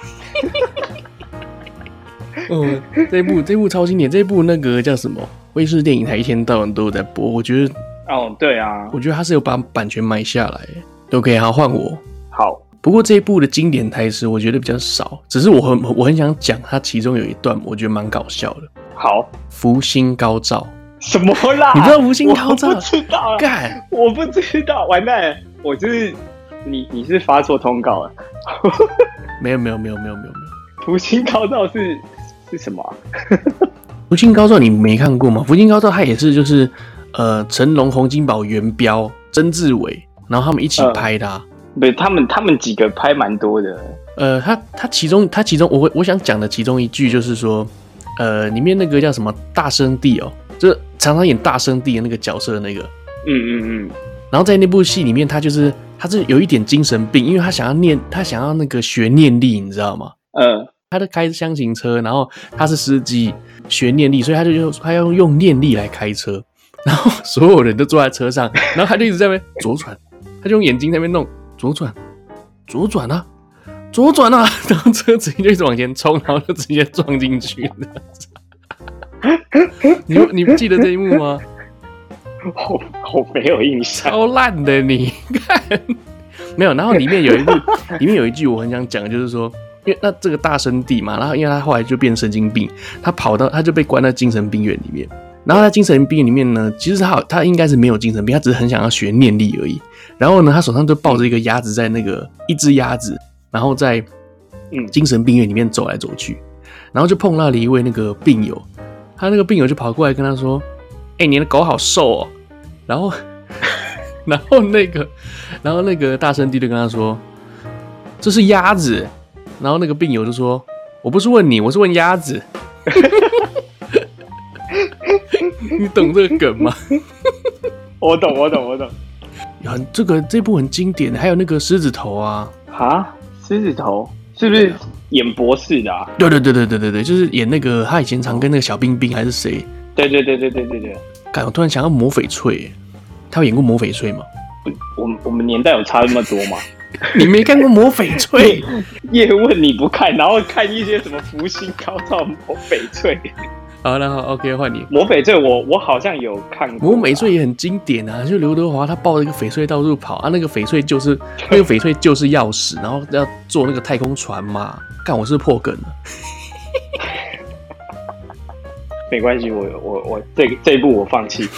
Speaker 1: 嗯， <laughs> 这一部这一部超经典，这一部那个叫什么？卫视电影台一天到晚都有在播，我觉得
Speaker 2: 哦，对啊，
Speaker 1: 我觉得他是有把版权买下来欸耶。OK，好换我。
Speaker 2: 好，
Speaker 1: 不过这一部的经典台词我觉得比较少，只是我很我很想讲它其中有一段，我觉得蛮搞笑的。
Speaker 2: 好，
Speaker 1: 福星高照，
Speaker 2: 什么啦？
Speaker 1: 你知道福星高
Speaker 2: 我
Speaker 1: 照
Speaker 2: 不？知道啊，
Speaker 1: 干，
Speaker 2: 我不知道，完蛋了，我就是你，你是发错通告了。啊
Speaker 1: 没有没有没有没有没有没有。
Speaker 2: 福星高照是是什么啊、
Speaker 1: 福星高照你没看过吗？福星高照它也是就是呃成龙、洪金宝、元彪、曾志伟，然后他们一起拍的、啊。
Speaker 2: 对他们，他们几个拍蛮多的。
Speaker 1: 呃，他他其中他其中我我想讲的其中一句就是说，呃，里面那个叫什么大生弟哦，就是常常演大生弟的那个角色的那个，
Speaker 2: 嗯嗯嗯，
Speaker 1: 然后在那部戏里面他就是他是有一点精神病，因为他想要念他想要那个学念力，你知道吗？
Speaker 2: 呃，
Speaker 1: 他在开箱型车，然后他是司机，学念力，所以他就用他要用念力来开车，然后所有人都坐在车上，然后他就一直在那边左转，他就用眼睛在那边弄左转，左转啊，左转啊，然后车子就一直往前冲，然后就直接撞进去 <laughs> 了。你你不记得这一幕吗？
Speaker 2: 我我没有印象。
Speaker 1: 超烂的你，看没有？然后里面有一 <laughs> 部，嗯里面有一句我很想讲，就是说，因为那这个大生弟嘛，然后因为他后来就变神经病，他跑到他就被关在精神病院里面。然后在精神病院里面呢，其实他好他应该是没有精神病，他只是很想要学念力而已。然后呢，他手上就抱着一个鸭子，在那个一只鸭子，然后在
Speaker 2: 嗯
Speaker 1: 精神病院里面走来走去，然后就碰到了一位那个病友，他那个病友就跑过来跟他说：“哎、你的狗好瘦哦。”然后， <laughs> 然后那个，然后那个大声弟就跟他说：“这是鸭子。”然后那个病友就说：“我不是问你，我是问鸭子。” <laughs> 你懂这个梗吗？
Speaker 2: 我懂，我懂，我懂。
Speaker 1: 很这个这部很经典的，还有那个狮子头啊，
Speaker 2: 啊，狮子头是不是演博士的啊？
Speaker 1: 对对对对对对对，就是演那个他以前常跟那个小冰冰还是谁，
Speaker 2: 对对对对对对对，
Speaker 1: 干，我突然想到魔翡翠，他有演过魔翡翠吗？
Speaker 2: 我们我们年代有差那么多 <laughs> 吗？
Speaker 1: 你没看过魔翡 <laughs> 翠？
Speaker 2: 叶问你不看，然后看一些什么福星高照、魔翡翠、
Speaker 1: 好，然后 OK 换你。
Speaker 2: 魔翡翠我，我好像有看过
Speaker 1: 魔
Speaker 2: 啊。
Speaker 1: 翡翠也很经典啊，就刘德华他抱着一个翡翠到处跑啊，那个翡翠就是那个翡翠就是钥匙，然后要坐那个太空船嘛。干，我是不是破梗了。 <laughs>
Speaker 2: 没关系，我我我这这一步我放弃。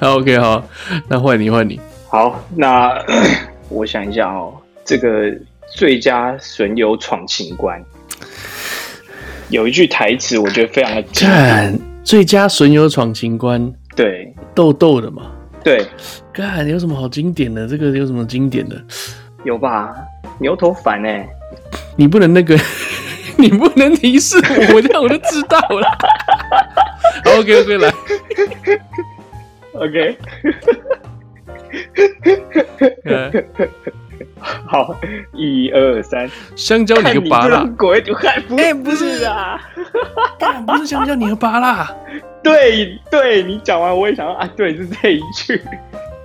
Speaker 1: 好 OK 好，那换你换你。
Speaker 2: 好，那 <coughs> 我想一下哦，这个最佳损友闯情关，有一句台词我觉得非常的经典，
Speaker 1: 干，最佳损友闯情关，
Speaker 2: 对
Speaker 1: 豆豆的嘛。
Speaker 2: 对，
Speaker 1: 干，有什么好经典的？这个有什么经典的？
Speaker 2: 有吧？牛头反哎、
Speaker 1: 你不能那个， <laughs> 你不能提示我，这样我就知道了。OK OK 来，
Speaker 2: OK，
Speaker 1: 来
Speaker 2: 好，一二三，
Speaker 1: 香蕉你
Speaker 2: 看
Speaker 1: 个
Speaker 2: 你
Speaker 1: 拔
Speaker 2: 这
Speaker 1: 蜡
Speaker 2: 种，鬼就还不
Speaker 1: 哎不是
Speaker 2: 是啊？
Speaker 1: 干不是香蕉你个拔蜡。
Speaker 2: 对对，你讲完我也想到啊，对，是这一句，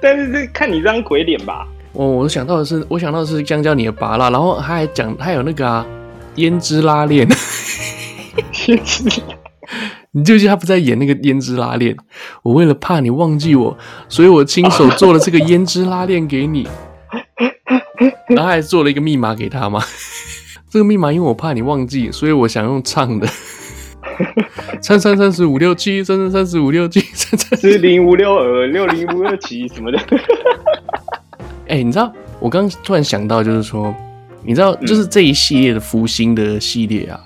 Speaker 2: 但是这看你这张鬼脸吧，
Speaker 1: 我哦我想到的是，我想到的是香蕉你的拔辣，然后他还讲他有那个啊胭脂拉链， <laughs> 你记不记得他不在演那个胭脂拉链？我为了怕你忘记我，所以我亲手做了这个胭脂拉链给你，然后还做了一个密码给他嘛。 <laughs> 这个密码因为我怕你忘记，所以我想用唱的。 <laughs> 三三三十五六七，三三三十五六七，三三。
Speaker 2: 四零五六二六零五二七什么的，
Speaker 1: 哎、你知道我刚突然想到，就是说，你知道，
Speaker 2: 嗯
Speaker 1: 就是这一系列的福星的系列啊，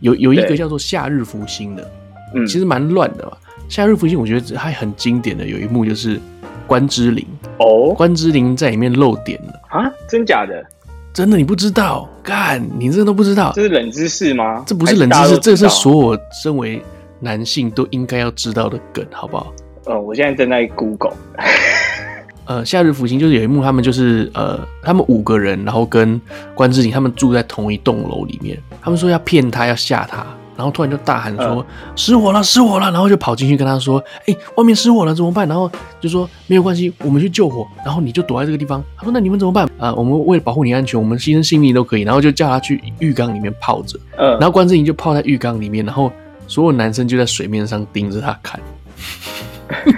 Speaker 1: 有有一个
Speaker 2: 对
Speaker 1: 叫做夏日福星的，
Speaker 2: 嗯，
Speaker 1: 其实蛮乱的嘛。夏日福星我觉得还很经典的有一幕就是关之琳，
Speaker 2: 哦
Speaker 1: 关之琳在里面露点了，
Speaker 2: 啊，真假的？
Speaker 1: 真的你不知道，干你这都不知道
Speaker 2: 这，是冷知识吗？
Speaker 1: 这不是冷知识，
Speaker 2: 还大家都
Speaker 1: 这
Speaker 2: 知道
Speaker 1: 是所有身为男性都应该要知道的梗，好不好？
Speaker 2: 呃，我现在正在 Google，
Speaker 1: 呃，夏日福星就是有一幕，他们就是呃，他们五个人，然后跟关之琳他们住在同一栋楼里面，他们说要骗他，要吓他，然后突然就大喊说、
Speaker 2: 嗯
Speaker 1: 失火了，失火了，然后就跑进去跟他说，哎、外面失火了，怎么办？然后就说没有关系，我们去救火，然后你就躲在这个地方。他说那你们怎么办？啊、我们为了保护你安全，我们牺牲性命都可以，然后就叫他去浴缸里面泡着，
Speaker 2: 嗯、
Speaker 1: <laughs> 然后关之琳就泡在浴缸里面，然后所有男生就在水面上盯着他看， <laughs>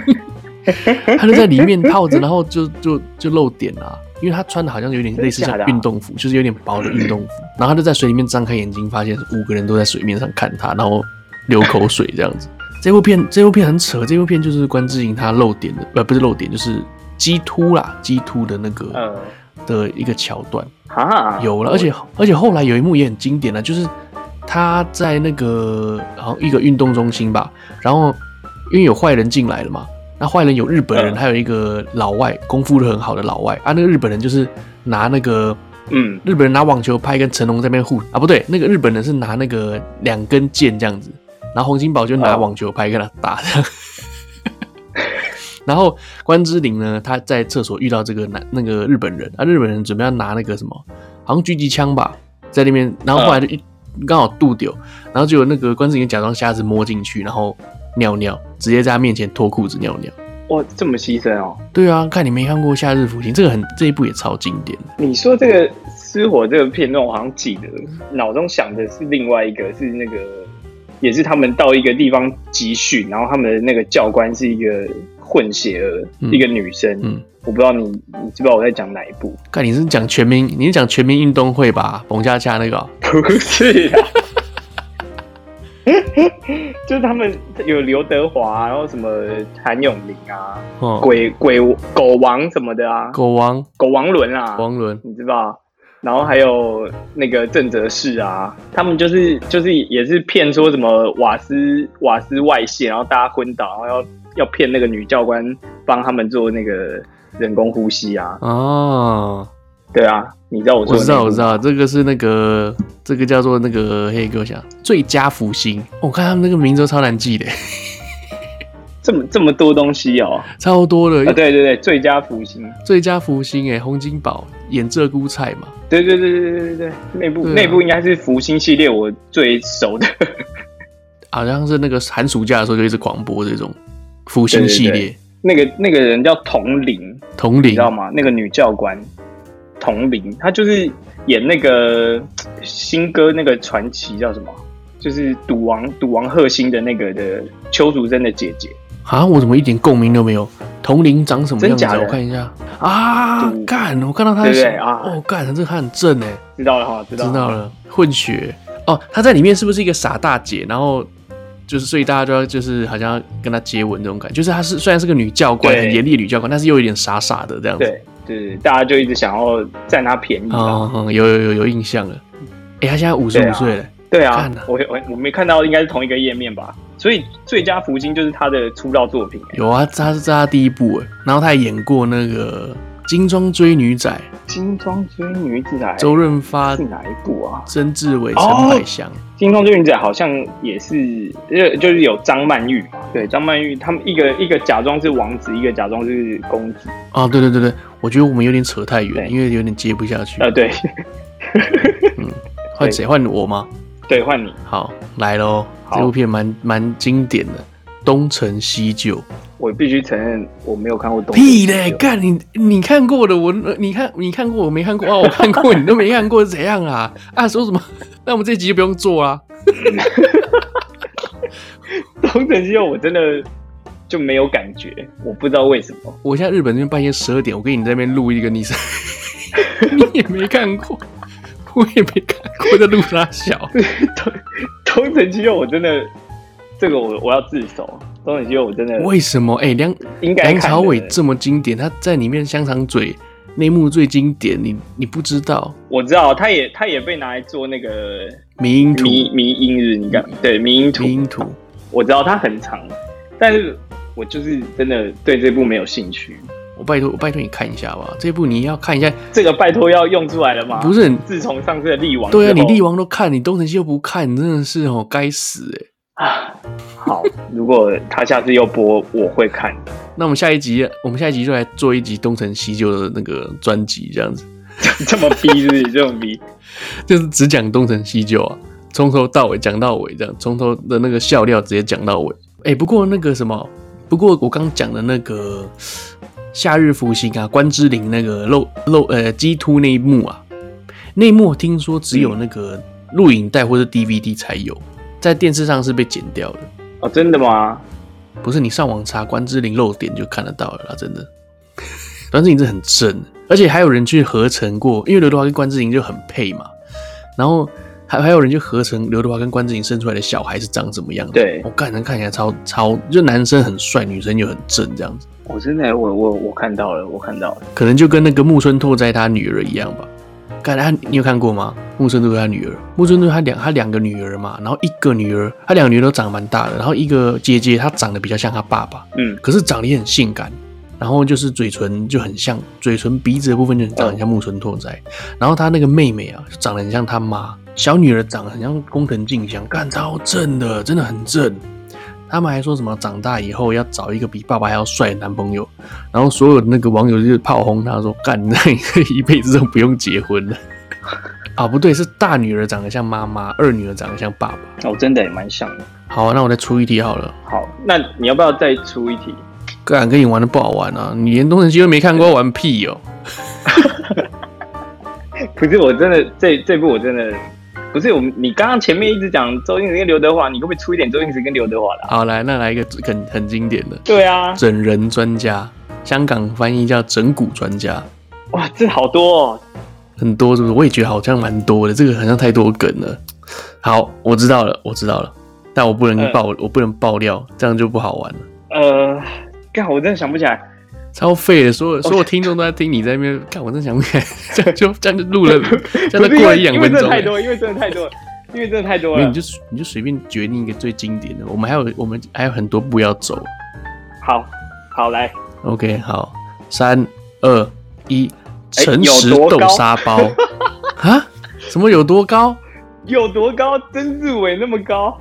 Speaker 1: 他就在里面泡着，然后就就就露点啦、因为他穿的好像有点类似像
Speaker 2: 真的假的啊
Speaker 1: 运动服，就是有点薄的运动服，然后他就在水里面张开眼睛，发现五个人都在水面上看他，然后流口水这样子。 <laughs> 这部片这部片很扯，这部片就是关之琳她露点的，呃，不是露点，就是鸡突啦，鸡突的那个、
Speaker 2: 嗯
Speaker 1: 的一个桥段。
Speaker 2: 哈，
Speaker 1: 有了，而且而且后来有一幕也很经典了，啊就是他在那个然后一个运动中心吧，然后因为有坏人进来了嘛，那坏人有日本人，
Speaker 2: 嗯
Speaker 1: 还有一个老外，功夫都很好的老外啊，那个日本人就是拿那个。
Speaker 2: 嗯
Speaker 1: 日本人拿网球拍跟成龙在那边互啊，不对，那个日本人是拿那个两根剑这样子，然后洪金宝就拿
Speaker 2: 哦
Speaker 1: 网球拍跟他打这样。 <laughs> 然后关之琳呢，她在厕所遇到这个男那个日本人，啊，日本人准备要拿那个什么，好像狙击枪吧，在那边，然后后来就一刚好渡丢，然后就有那个关之琳假装瞎子摸进去，然后尿尿，直接在他面前脱裤子尿尿。
Speaker 2: 哇，这么牺牲哦。
Speaker 1: 对啊，看你没看过《夏日福星》，这个很这一部也超经典。
Speaker 2: 你说这个失火这个片段，我好像记得，脑中想的是另外一个，是那个也是他们到一个地方集训，然后他们的那个教官是一个混血儿，
Speaker 1: 嗯
Speaker 2: 一个女生。
Speaker 1: 嗯
Speaker 2: 我不知道你你知不知道我在讲哪一部？
Speaker 1: 看你是讲全民，你是讲全民运动会吧？冯恰恰那个哦、
Speaker 2: 不是啊。 <laughs> 就是他们有刘德华，然后什么谭咏麟啊，
Speaker 1: 哦，
Speaker 2: 鬼鬼狗王什么的啊，
Speaker 1: 狗王
Speaker 2: 狗王伦啊，
Speaker 1: 王伦，
Speaker 2: 你知道？然后还有那个郑则仕啊，他们就是就是也是骗说什么瓦斯瓦斯外泄，然后大家昏倒，然后要要骗那个女教官帮他们做那个人工呼吸啊，
Speaker 1: 哦，
Speaker 2: 对啊，你知道我说
Speaker 1: 我
Speaker 2: 的
Speaker 1: 知道，
Speaker 2: 那
Speaker 1: 我
Speaker 2: 部
Speaker 1: 知道，这个是那个，这个叫做那哦个，嘿，给我想最佳福星。我、看他们那个名字都超难记的，
Speaker 2: 这么这么多东西哦。
Speaker 1: <laughs> 超多
Speaker 2: 啊，
Speaker 1: 的，
Speaker 2: 对对对，最佳福星，
Speaker 1: 最佳福星哎，洪金宝演鹧鸪菜嘛，
Speaker 2: 对对对对对对对，内部
Speaker 1: 对啊
Speaker 2: 内部应该是福星系列我最熟的， <laughs>
Speaker 1: 好像是那个寒暑假的时候就一直狂播这种福星系
Speaker 2: 对对
Speaker 1: 列，
Speaker 2: 那个那个人叫童玲，
Speaker 1: 统
Speaker 2: 你
Speaker 1: 领
Speaker 2: 知道吗？那个女教官童玲，她就是演那个新歌那个传奇叫什么？就是赌王赌王贺新的那个的邱淑贞的姐姐，
Speaker 1: 啊，我怎么一点共鸣都没有？统领长什么样子啊？
Speaker 2: 真假的
Speaker 1: 我看一下啊
Speaker 2: 对，
Speaker 1: 干，我看到他
Speaker 2: 对
Speaker 1: 的
Speaker 2: 不对
Speaker 1: 形
Speaker 2: 啊
Speaker 1: 哦，干，这个他很正哎，
Speaker 2: 知道了哈，知
Speaker 1: 知
Speaker 2: 道
Speaker 1: 道了，混血哦，他在里面是不是一个傻大姐？然后就是所以大家就要就是好像要跟他接吻这种感觉，就是她是虽然是个女教官，
Speaker 2: 对
Speaker 1: 很严厉的女教官，但是又有点傻傻的这样子。
Speaker 2: 对对对，大家就一直想要占她便宜嘛。
Speaker 1: 哦，嗯有有有有印象了。哎、他现在五十
Speaker 2: 对
Speaker 1: 五
Speaker 2: 啊
Speaker 1: 岁了，
Speaker 2: 对啊
Speaker 1: 看啊，
Speaker 2: 我我我没看到，应该是同一个页面吧。所以最佳福星就是他的出道作品、欸
Speaker 1: 有啊，他是这是他第一部哎，然后他还演过那个《金装追女仔》，
Speaker 2: 金装追女子来
Speaker 1: 周润发
Speaker 2: 哎是、哪一部啊？
Speaker 1: 曾志伟、陈
Speaker 2: 哦
Speaker 1: 百祥。
Speaker 2: 金装追女仔好像也是，呃，就是有张曼玉嘛。对，张曼玉他们一个一个假装是王子，一个假装是公主。
Speaker 1: 哦，对对对对，我觉得我们有点扯太远，
Speaker 2: 对
Speaker 1: 因为有点接不下去。
Speaker 2: 呃，对 <laughs>
Speaker 1: 换谁？换我吗？
Speaker 2: 对，换你。
Speaker 1: 好，来喽！
Speaker 2: 好
Speaker 1: 这部片蛮蛮经典的，《东成西就》。
Speaker 2: 我必须承认，我没有看过东。哦
Speaker 1: 屁嘞！干你你看过的我，呃你看你看过我没看过啊？我看过你都没看过，怎样啊？啊，说什么？ <laughs> 那我们这集就不用做啊啦。
Speaker 2: 东成西就哦我真的就没有感觉，我不知道为什么。 <laughs>
Speaker 1: 我现在日本这边半夜十二点，我跟你在那 <laughs> 边录一个，你是你也没看过，我也没看过，在录啥 <laughs> 小？
Speaker 2: 东东成西就哦我真的，这个我我要自首。东成西哦就我真的
Speaker 1: 为什么？哎、梁
Speaker 2: 应该
Speaker 1: 梁
Speaker 2: 看的
Speaker 1: 朝伟这么经典，他在里面香肠嘴那一幕最经典，你你不知道？
Speaker 2: 我知道，他也他也被拿来做那个
Speaker 1: 迷因图，
Speaker 2: 迷迷音日，你看，对迷音图
Speaker 1: 迷，因图。
Speaker 2: 我知道它很长，但是我就是真的对这部没有兴趣。
Speaker 1: 我拜托，我拜托你看一下吧，这部你要看一下，
Speaker 2: 这个拜托要用出来了吗？
Speaker 1: 不，是很
Speaker 2: 自从上次的力王之后，
Speaker 1: 对啊，你力王都看，你东成西就不看，你真的是哦，该死哎！
Speaker 2: 啊。好，如果他下次又播，我会看。
Speaker 1: 那我们下一集，我们下一集就来做一集东成西就的那个专辑，这样子，
Speaker 2: 这么逼是不是这么逼？ <laughs>
Speaker 1: 就是只讲东成西就啊，从头到尾讲到尾，这样从头的那个笑料直接讲到尾。哎，不过那个什么，不过我刚讲的那个夏日福星啊，关之琳那个露露呃鸡突那一幕啊，那一幕听说只有那个录影带或者 DVD 才有，在电视上是被剪掉的。
Speaker 2: 哦，真的吗？
Speaker 1: 不是你上网查关之琳露点就看得到了啦，真的。关之琳这很正，而且还有人去合成过，因为刘德华跟关之琳就很配嘛。然后还还有人去合成刘德华跟关之琳生出来的小孩是长什么样子。
Speaker 2: 对
Speaker 1: 我、干人看起来超超，就男生很帅，女生又很正这样子，
Speaker 2: 我、哦真的，我我我看到了，我看到了。
Speaker 1: 可能就跟那个木村拓哉他女儿一样吧。干他，你有看过吗？木村拓哉他女儿，木村拓哉他两他两个女儿嘛，然后一个女儿，他两个女儿都长得蛮大的，然后一个姐姐她长得比较像他爸爸，
Speaker 2: 嗯，
Speaker 1: 可是长得也很性感，然后就是嘴唇就很像，嘴唇鼻子的部分就很长得很像木村拓哉，然后他那个妹妹啊，就长得很像他妈，小女儿长得很像工藤静香，干超正的，真的很正。他们还说什么长大以后要找一个比爸爸还要帅的男朋友，然后所有的那个网友就是炮轰他说：“干，那你这一辈子都不用结婚了。” <laughs> 啊，不对，是大女儿长得像妈妈，二女儿长得像爸爸。
Speaker 2: 哦，真的也蛮像的。
Speaker 1: 好、那我再出一题好了。
Speaker 2: 好，那你要不要再出一题？
Speaker 1: 干，跟你玩的不好玩啊！你连东成西就没看过，玩屁哦、
Speaker 2: 不是，我真的这这部我真的不是我们，你刚刚前面一直讲周星驰跟刘德华，你可不可以出一点周星驰跟刘德华的啊、
Speaker 1: 好，来，那来一个很很经典的
Speaker 2: 对啊，
Speaker 1: 整人专家，香港翻译叫整蛊专家，
Speaker 2: 哇，这好多哦，
Speaker 1: 很多是不是？我也觉得好像蛮多的，这个好像太多梗了。好，我知道了，我知道了，但我不能
Speaker 2: 嗯
Speaker 1: 爆，我不能爆料，这样就不好玩了。
Speaker 2: 呃，干，我真的想不起来，
Speaker 1: 超废的，所有所有听众都在听你在那边看，我真想不起来， <laughs> 这样就这样就录
Speaker 2: <laughs>
Speaker 1: 了，这
Speaker 2: 不
Speaker 1: 样就
Speaker 2: 是因
Speaker 1: 过了
Speaker 2: 为
Speaker 1: 一两
Speaker 2: 因为
Speaker 1: 分
Speaker 2: 真的
Speaker 1: 钟、
Speaker 2: 太
Speaker 1: 欸。
Speaker 2: 多，因为真的太
Speaker 1: <laughs>
Speaker 2: 多，因为真的太多
Speaker 1: 没有，
Speaker 2: 了
Speaker 1: 你。就你就随便决定一个最经典的，我们还有我们还有很多步要走。
Speaker 2: 好，好来，
Speaker 1: OK，好，三二一，
Speaker 2: 哎
Speaker 1: 诚实
Speaker 2: 有多
Speaker 1: 豆
Speaker 2: 高
Speaker 1: 沙包
Speaker 2: <laughs>
Speaker 1: 啊？什么有多高？
Speaker 2: 有多高？曾志伟那么高，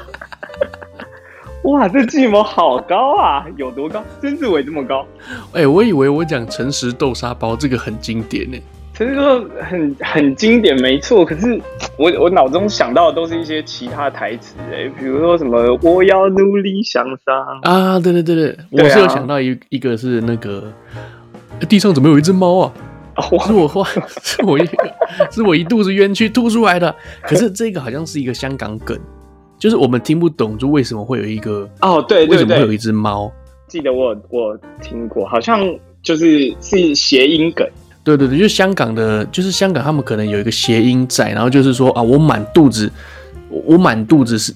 Speaker 2: <laughs> 哇，这计谋好高啊，有多高？曾志伟这么高，
Speaker 1: 哎、我以为我讲诚实豆沙包这个很经典呢、
Speaker 2: 陈志伟很很经典，没错。可是我我脑中想到的都是一些其他台词，哎，比如说什么我要努力向上，
Speaker 1: 啊，对对对对，我
Speaker 2: 对啊
Speaker 1: 是有想到一一个是那个欸地上怎么有一只猫啊？
Speaker 2: 哦哇
Speaker 1: 是我画，是我一是我一肚子冤屈吐出来的。可是这个好像是一个香港梗，就是我们听不懂，就为什么会有一个
Speaker 2: 哦，
Speaker 1: 为
Speaker 2: 对对
Speaker 1: 什么会有
Speaker 2: 对
Speaker 1: 一，只猫？
Speaker 2: 记得我我听过，好像就是是谐音梗，
Speaker 1: 对对对，就是香港的，就是香港他们可能有一个谐音在，然后就是说啊，我满肚子，我我满肚子是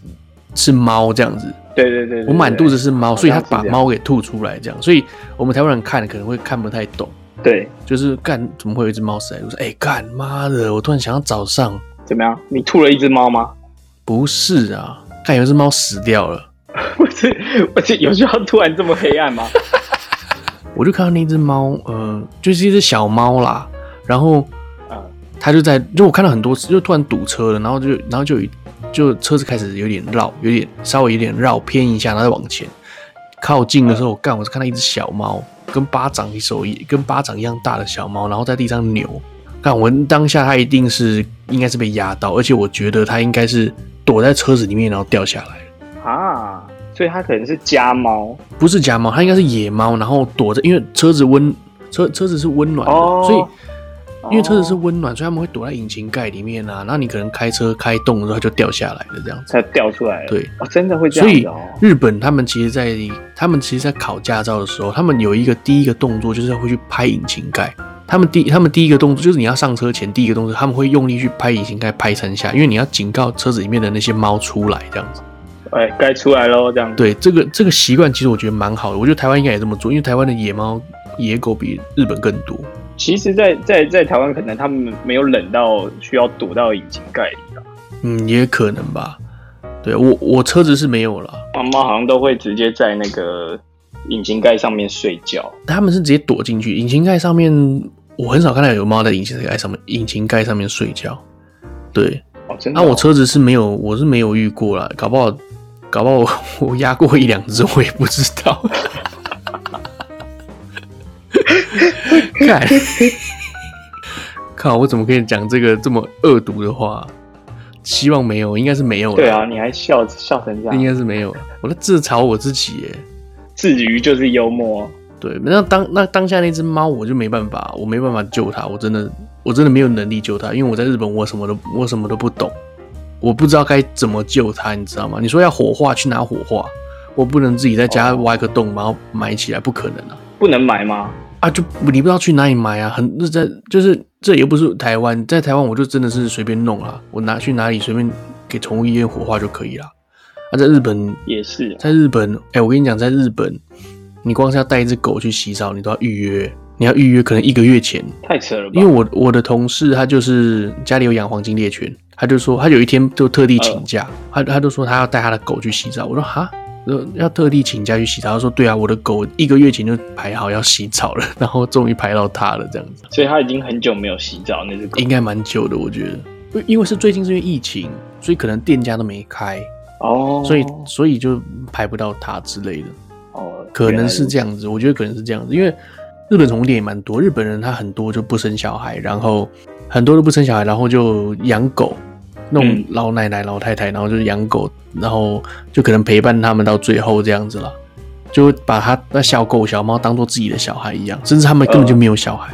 Speaker 1: 是猫这样子，
Speaker 2: 对对对对对
Speaker 1: 我满肚子是猫，
Speaker 2: 好像
Speaker 1: 所以他
Speaker 2: 是这
Speaker 1: 把
Speaker 2: 样
Speaker 1: 猫给吐出来这样，所以我们台湾人看可能会看不太懂。
Speaker 2: 对，
Speaker 1: 就是干怎么会有一只猫死在路上？哎、干妈的！我突然想到早上
Speaker 2: 怎么样？你吐了一只猫吗？ <laughs>
Speaker 1: 不是啊，看有一只猫死掉了，
Speaker 2: 不是，不是，有需要突然这么黑暗吗？
Speaker 1: 我就看到那只猫，呃，就是一只小猫啦。然后
Speaker 2: 嗯，
Speaker 1: 它就在，就我看到很多次，就突然堵车了，然后就然后就有一就车子开始有点绕，有点稍微有点绕偏一下，然后再往前靠近的时候，我干我是看到一只小猫，跟巴掌一手一跟巴掌一样大的小猫，然后在地上扭。但我当下它一定是应该是被压到，而且我觉得它应该是躲在车子里面然后掉下来。
Speaker 2: <laughs> 啊，所以它可能是家猫
Speaker 1: 不是家猫，它应该是野猫，然后躲着，因为车子温车车子是温暖的，
Speaker 2: 哦
Speaker 1: 所以因为车子是温暖，所以他们会躲在引擎盖里面啊。然后你可能开车开动的时候，它就掉下来了这样子。
Speaker 2: 才掉出来了。
Speaker 1: 对，
Speaker 2: 哦，真的会这
Speaker 1: 所
Speaker 2: 样
Speaker 1: 以
Speaker 2: 子哦。
Speaker 1: 日本他们其实在，他们其实，在考驾照的时候，他们有一个第一个动作就是会去拍引擎盖。他们第他们第一个动作就是你要上车前第一个动作，他们会用力去拍引擎盖拍三下，因为你要警告车子里面的那些猫出来这样子。
Speaker 2: 哎，该出来喽，这样子。
Speaker 1: 对这个这个习惯，其实我觉得蛮好的。我觉得台湾应该也这么做，因为台湾的野猫、野狗比日本更多。
Speaker 2: 其实在，在在台湾，可能他们没有冷到需要躲到引擎盖里啊。
Speaker 1: 嗯，也可能吧。对我我车子是没有了，
Speaker 2: 猫猫好像都会直接在那个引擎盖上面睡觉。
Speaker 1: 他们是直接躲进去，引擎盖上面我很少看到有猫在引擎盖上面引擎盖上面睡觉。对，
Speaker 2: 哦，真的、
Speaker 1: 那、
Speaker 2: 哦。
Speaker 1: 啊我车子是没有，我是没有遇过啦，搞不好搞不好我 <laughs> 我压过一两只，我也不知道。看，靠，我怎么可以讲这个这么恶毒的话？希望没有，应该是没有啦
Speaker 2: 对啊，，你还笑笑成这
Speaker 1: 应
Speaker 2: 样，
Speaker 1: 该是没有。我在自嘲我自己耶。
Speaker 2: 至于就是幽默。
Speaker 1: 对，那当那当下那只猫，我就没办法，我没办法救它，我真的我真的没有能力救它，因为我在日本，我什么都我什么都不懂，我不知道该怎么救它，你知道吗？你说要火化去拿火化，我不能自己在家
Speaker 2: 哦
Speaker 1: 挖一个洞然后埋起来，不可能啊！
Speaker 2: 不能买吗？
Speaker 1: 啊，就你不知道去哪里埋啊，很那在就是这也不是台湾，在台湾我就真的是随便弄啦，我拿去哪里随便给宠物医院火化就可以啦。啊，在日本
Speaker 2: 也是，
Speaker 1: 在日本，哎、我跟你讲，在日本，你光是要带一只狗去洗澡，你都要预约，你要预约可能一个月前。
Speaker 2: 太扯了吧？
Speaker 1: 因为我我的同事他就是家里有养黄金猎犬，他就说他有一天就特地请假，他他就说他要带他的狗去洗澡。我说哈，我说要特地请假去洗澡。他说对啊，我的狗一个月前就排好要洗澡了， <laughs> 然后终于排到他了，这样子
Speaker 2: 所以他已经很久没有洗澡那只狗
Speaker 1: 应该蛮久的，我觉得。因因为是最近是因为疫情，所以可能店家都没开，
Speaker 2: 哦，
Speaker 1: 所以所以就排不到它之类的。
Speaker 2: 哦，
Speaker 1: 可能
Speaker 2: 原来如
Speaker 1: 是
Speaker 2: 此
Speaker 1: 这样子，我觉得可能是这样子，因为日本宠物店也蛮多，日本人他很多就不生小孩，然后很多都不生小孩，然后就养狗，那种
Speaker 2: 嗯
Speaker 1: 老奶奶、老太太，然后就是养狗，然后就可能陪伴他们到最后这样子啦，就把他那小狗、小猫当做自己的小孩一样，甚至他们根本就没有小孩，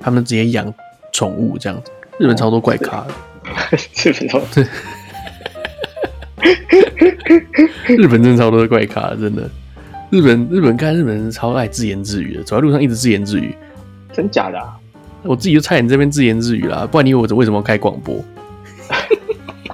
Speaker 1: 他们直接养宠物这样子。日本超多怪咖的，
Speaker 2: <laughs> 是不是？哦
Speaker 1: 日本真的超多怪咖的，真的。日本日本看日本人超爱自言自语的，走在路上一直自言自语。
Speaker 2: 真假的、啊？
Speaker 1: 我自己就差点这边自言自语啦，不然你以为我为什么开广播？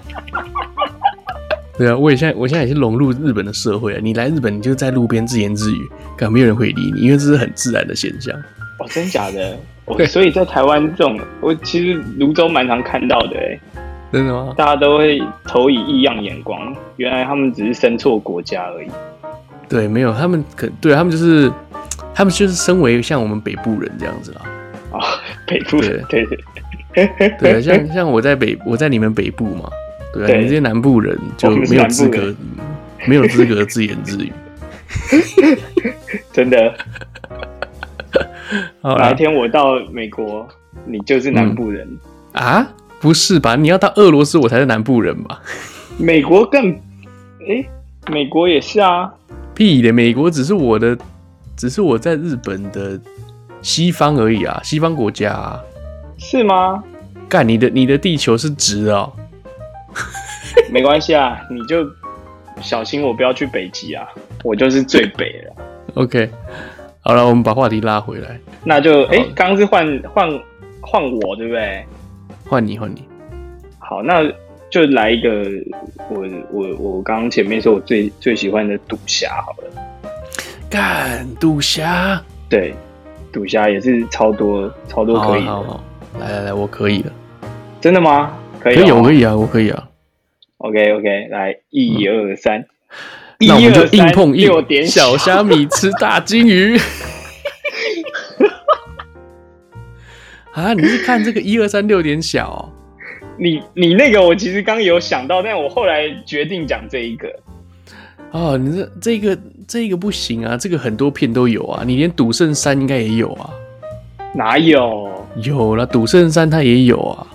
Speaker 1: <laughs> 对啊，我也现在我现在已经融入日本的社会了。啊你来日本，你就在路边自言自语，可没有人会理你，因为这是很自然的现象。
Speaker 2: 哦，真假
Speaker 1: <laughs>
Speaker 2: 的？我
Speaker 1: 对
Speaker 2: 所以在台湾这种，我其实泸州蛮常看到的、欸，
Speaker 1: 真的吗？
Speaker 2: 大家都会投以异样眼光，原来他们只是生错国家而已。 <laughs>
Speaker 1: 对，没有，他们可对啊他们就是他们就是身为像我们北部人这样子啦。
Speaker 2: 啊、北部
Speaker 1: 对
Speaker 2: 人， <laughs> 对对，
Speaker 1: 对啊，像像我在北我在你们北部嘛，对啊，
Speaker 2: 对
Speaker 1: 你们这些南部人就
Speaker 2: 我们是
Speaker 1: 没有
Speaker 2: 南部
Speaker 1: 资
Speaker 2: 人
Speaker 1: 格，嗯没有资格自言自语。
Speaker 2: 真的。
Speaker 1: <laughs> 好
Speaker 2: 哪一
Speaker 1: 啦
Speaker 2: 天我到美国，你就是南部人。
Speaker 1: 啊，不是吧？你要到俄罗斯，我才是南部人吧？嗯
Speaker 2: 美国更，诶，美国也是啊。
Speaker 1: 屁的，美国只是我的，只是我在日本的西方而已啊，西方国家、啊。
Speaker 2: 是吗？
Speaker 1: 干你的，你的地球是直的哦。
Speaker 2: 没关系啊，你就小心我不要去北极啊，我就是最北了。
Speaker 1: OK，好了，我们把话题拉回来，
Speaker 2: 那就诶，刚刚是换换换我对不对？
Speaker 1: 换你，换你。
Speaker 2: 好，那就来一个我我我刚刚前面说我最最喜欢的赌侠好了。
Speaker 1: 干赌侠，
Speaker 2: 对，赌侠也是超多超多可以
Speaker 1: 好好
Speaker 2: 的。
Speaker 1: 好，来来来，我可以的，
Speaker 2: 真的吗？可以、
Speaker 1: 可以，我可
Speaker 2: 以。
Speaker 1: 以啊，我可以啊。
Speaker 2: OK OK，来一二三，一
Speaker 1: 嗯那我们就
Speaker 2: 二
Speaker 1: 硬
Speaker 2: 三
Speaker 1: 碰硬，
Speaker 2: 六点
Speaker 1: 小虾米吃大金
Speaker 2: <laughs>
Speaker 1: 鱼。啊，你是看这个一二三六点小哦、
Speaker 2: 你你那个我其实刚有想到，但我后来决定讲这一个。
Speaker 1: 哦，你这这个这个不行啊，这个很多片都有啊，你连《赌圣三》应该也有啊，
Speaker 2: 哪有？
Speaker 1: 有了，《赌圣三》它也有啊，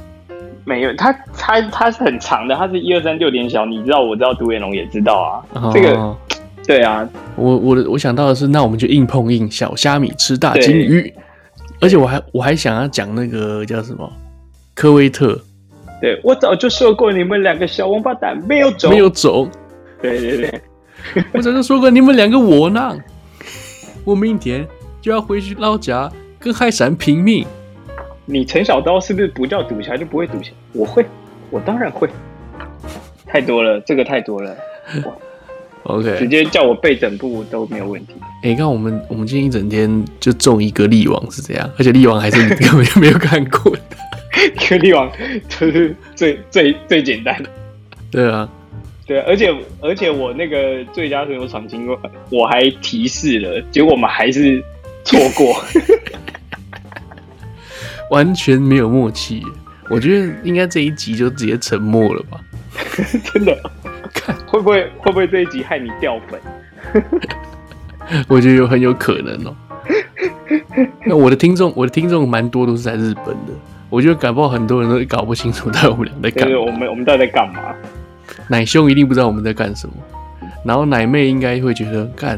Speaker 2: 没有，它它它是很长的，它是一二三六点小，你知道，我知道，独眼龙也知道啊。
Speaker 1: 哦、
Speaker 2: 这个对啊，
Speaker 1: 我我的我想到的是，那我们就硬碰硬，小虾米吃大金鱼，而且我还我还想要讲那个叫什么科威特
Speaker 2: 对我早就说过，你们两个小王八蛋没有走。
Speaker 1: 没有走，
Speaker 2: 对对对，
Speaker 1: 我早就说过你们两个窝
Speaker 2: <laughs>
Speaker 1: 囊，我明天就要回去老家跟海山拼命。
Speaker 2: 你陈小刀是不是不叫赌侠就不会赌侠？我会，我当然会。太多了，这个太多了，
Speaker 1: OK，
Speaker 2: 直接叫我背整部都没有问题。
Speaker 1: 哎、看我们我们今天一整天就中一个力王是这样，而且力王还是你根本就没有看过的。 <laughs>
Speaker 2: 颗粒王就是最最最简单的，
Speaker 1: 对啊，
Speaker 2: 对，而且而且我那个最佳损友闯情关，我还提示了，结果我们还是错过。
Speaker 1: 完全没有默契。我觉得应该这一集就直接沉默了吧？
Speaker 2: 真的，会不会会不会这一集害你掉粉？
Speaker 1: 我觉得有很有可能哦、 <laughs> 那我的听众，我的听众蛮多都是在日本的，我觉得感冒很多人都搞不清楚到底我们俩在
Speaker 2: 就
Speaker 1: 干
Speaker 2: 是
Speaker 1: 嘛。
Speaker 2: 我们我们到底在干嘛？
Speaker 1: 奶兄一定不知道我们在干什么，然后奶妹应该会觉得干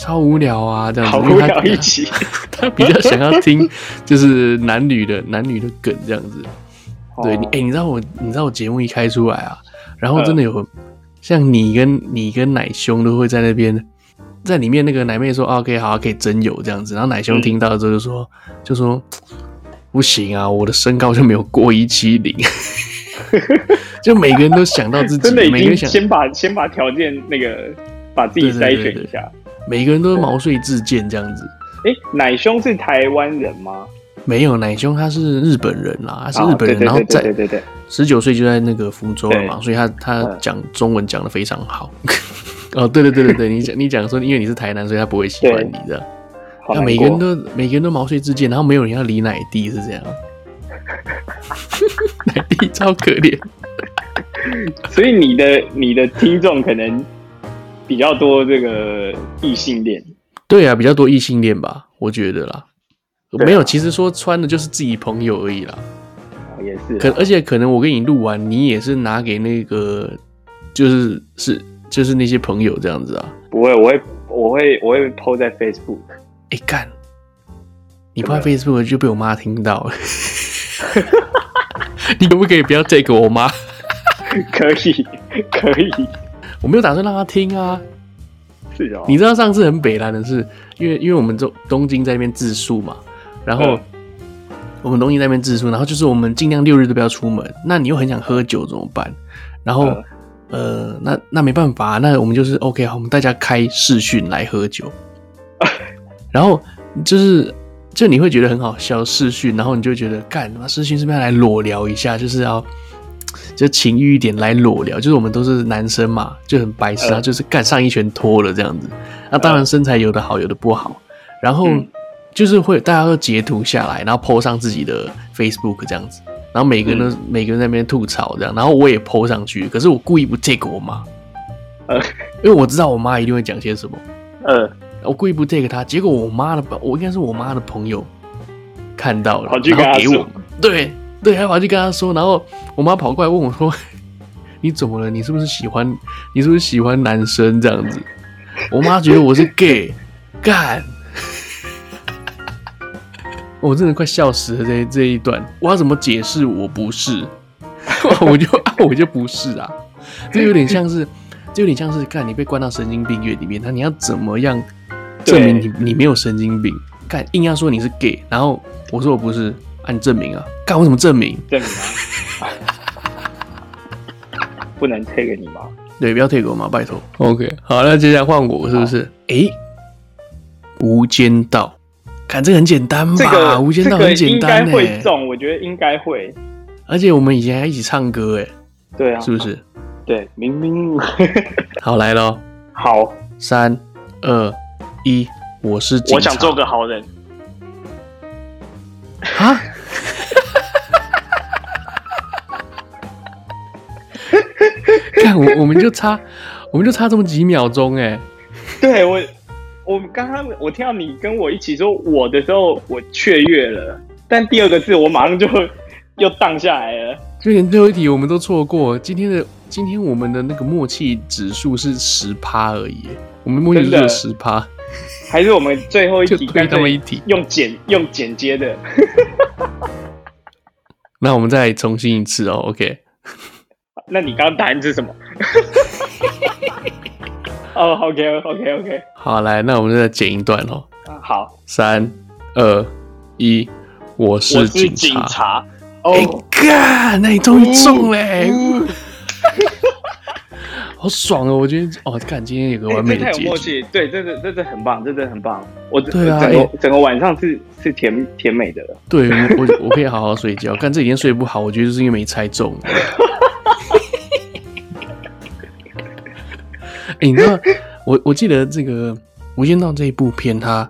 Speaker 1: 超无聊啊这样子，
Speaker 2: 好
Speaker 1: 因
Speaker 2: 无
Speaker 1: 为她
Speaker 2: 聊一起，
Speaker 1: 他 <laughs> 比较想要听就是男女的男女的梗这样子。
Speaker 2: 哦
Speaker 1: 对你，哎、你知道我，你知道我节目一开出来啊，然后真的有、
Speaker 2: 嗯
Speaker 1: 像你跟你跟奶兄都会在那边，在里面那个奶妹说、啊、，OK，好、可以真有这样子，然后奶兄
Speaker 2: 嗯
Speaker 1: 听到之后就说，就说不行啊，我的身高就没有过一七零， <laughs> 就每个人都想到自己，
Speaker 2: <laughs> 真的已
Speaker 1: 每个
Speaker 2: 经
Speaker 1: 人想
Speaker 2: 先把先把条件那个把自己筛选一下。
Speaker 1: 每个人都毛遂自荐这样子。
Speaker 2: 哎、奶兄是台湾人吗？
Speaker 1: 没有奶兄，他是日本人啦，他是
Speaker 2: 啊
Speaker 1: 日本人，
Speaker 2: 对对
Speaker 1: 然后
Speaker 2: 对对
Speaker 1: 在
Speaker 2: 对对对，
Speaker 1: 十九岁就在那个福州了嘛，
Speaker 2: 对
Speaker 1: 所以他他
Speaker 2: 嗯
Speaker 1: 讲中文讲的非常好。 <laughs> 哦，对对对对对，你讲你讲说，因为你是台南，所以他不会喜欢你的。那
Speaker 2: 好难
Speaker 1: 每个人
Speaker 2: 过。
Speaker 1: 都每个人都毛遂自荐，然后没有人要理奶弟是这样。 <laughs> 奶弟超可怜，
Speaker 2: 所以你的你的听众可能比较多这个异性恋，
Speaker 1: 对啊，比较多异性恋吧，我觉得啦。
Speaker 2: 对啊
Speaker 1: 没有，其实说穿的就是自己朋友而已啦。
Speaker 2: 哦也是啊
Speaker 1: 可而且可能我跟你录完，你也是拿给那个就是是就是那些朋友这样子啊。
Speaker 2: 不会，我会我会我会 PO 在 Facebook。 <laughs>
Speaker 1: 哎、干，你
Speaker 2: 啊
Speaker 1: 拍 Facebook 就被我妈听到了， <laughs> 你可不可以不要 take 我妈？
Speaker 2: 可以，可以，
Speaker 1: 我没有打算让她听啊。
Speaker 2: 是哦。
Speaker 1: 你知道上次很北兰的是，因为因为我们东东京在那边自述嘛，然后、
Speaker 2: 嗯
Speaker 1: 我们东京在那边自述，然后就是我们尽量六日都不要出门，那你又很想喝酒怎么办？然后、
Speaker 2: 嗯
Speaker 1: 呃，那那没办法，那我们就是 OK 好，我们大家开视讯来喝酒，然后就是。就你会觉得很好笑，视讯，然后你就觉得干他妈视讯是不是要来裸聊一下？就是要就情欲一点来裸聊，就是我们都是男生嘛，就很白痴啊，
Speaker 2: 嗯
Speaker 1: 就是干上一拳脱了这样子。那当然身材有的好，有的不好，然后
Speaker 2: 嗯
Speaker 1: 就是会大家都截图下来，然后 po 上自己的 Facebook 这样子，然后每个人都、每个人在那边吐槽这样，然后我也 po 上去，可是我故意不 take 我妈，
Speaker 2: 呃
Speaker 1: 因为我知道我妈一定会讲些什么，
Speaker 2: 呃，
Speaker 1: 我故意不 take 她，结果我妈的，我应该是我妈的朋友看到了，
Speaker 2: 跑去
Speaker 1: 然
Speaker 2: 跟
Speaker 1: 后
Speaker 2: 她
Speaker 1: 给
Speaker 2: 说
Speaker 1: 我，对对，还跑去跟她说，然后我妈跑过来问我说：“ <laughs> 你怎么了？你是不是喜欢？你是不是喜欢男生这样子？”我妈觉得我是 gay，干。 <laughs> 我真的快笑死了这这一段，我要怎么解释我不是？ <laughs> 我就啊，我就不是啊，这有点像是，这有点像是干你被关到神经病院里面，那你要怎么样证明你你没有神经病？干硬要说你是 gay，然后我说我不是，啊你证明啊，干我怎么证明？
Speaker 2: 证明啊，不能推给
Speaker 1: <laughs>
Speaker 2: 你吗？
Speaker 1: 对，不要退给我嘛，拜托。OK，好，那接下来换我是不是？诶，无间道》，看这个很简单吧？
Speaker 2: 这个、
Speaker 1: 无间
Speaker 2: 这
Speaker 1: 道》
Speaker 2: 个
Speaker 1: 很简
Speaker 2: 应该
Speaker 1: 单欸呢、
Speaker 2: 会中，我觉得应该会。
Speaker 1: 而且我们以前还一起唱歌诶，欸
Speaker 2: 对啊，
Speaker 1: 是不？是？
Speaker 2: 对，明明 <laughs>
Speaker 1: 好，来咯，
Speaker 2: 好，
Speaker 1: 三二一，我是警察。
Speaker 2: 我想做个好人。
Speaker 1: 啊！ <laughs> 看我，我们就差，我们就差这么几秒钟哎、
Speaker 2: 对我，我刚刚我听到你跟我一起说我的时候，我雀跃了，但第二个字我马上就又荡下来了。
Speaker 1: 就连最后一题我们都错过。今天的今天我们的那个默契指数是十趴而已欸，我们默契指
Speaker 2: 真
Speaker 1: 数
Speaker 2: 的
Speaker 1: 十趴，
Speaker 2: 还是我们最后一
Speaker 1: 就
Speaker 2: 题
Speaker 1: 推
Speaker 2: 干
Speaker 1: 他们
Speaker 2: 脆
Speaker 1: 一题。
Speaker 2: 用剪用剪接的。
Speaker 1: 那我们再重新一次哦，OK？
Speaker 2: 那你刚刚答案是什么？ <laughs> 哦，OK，OK，OK、o k OK OK，
Speaker 1: 好，来，那我们再剪一段哦。
Speaker 2: 好，
Speaker 1: 三二一，我
Speaker 2: 我
Speaker 1: 是
Speaker 2: 是
Speaker 1: 警
Speaker 2: 警
Speaker 1: 察。
Speaker 2: 察。哦、
Speaker 1: 哎、干！那你终于中嘞、
Speaker 2: 呜
Speaker 1: <laughs> 好爽哦！我觉得哦，看今天有个
Speaker 2: 哎
Speaker 1: 完美
Speaker 2: 这
Speaker 1: 的
Speaker 2: 太有
Speaker 1: 结
Speaker 2: 默
Speaker 1: 局，
Speaker 2: 契，对，这这这这很棒，这真的很棒。我整
Speaker 1: 对啊
Speaker 2: 整个、
Speaker 1: 哎
Speaker 2: 整个晚上是是甜甜美的了。
Speaker 1: 对我我我可以好好睡觉。看这几天睡不好，我觉得就是因为没猜中。 <laughs> 哎、你知道我我记得这个《无间道》这一部片，它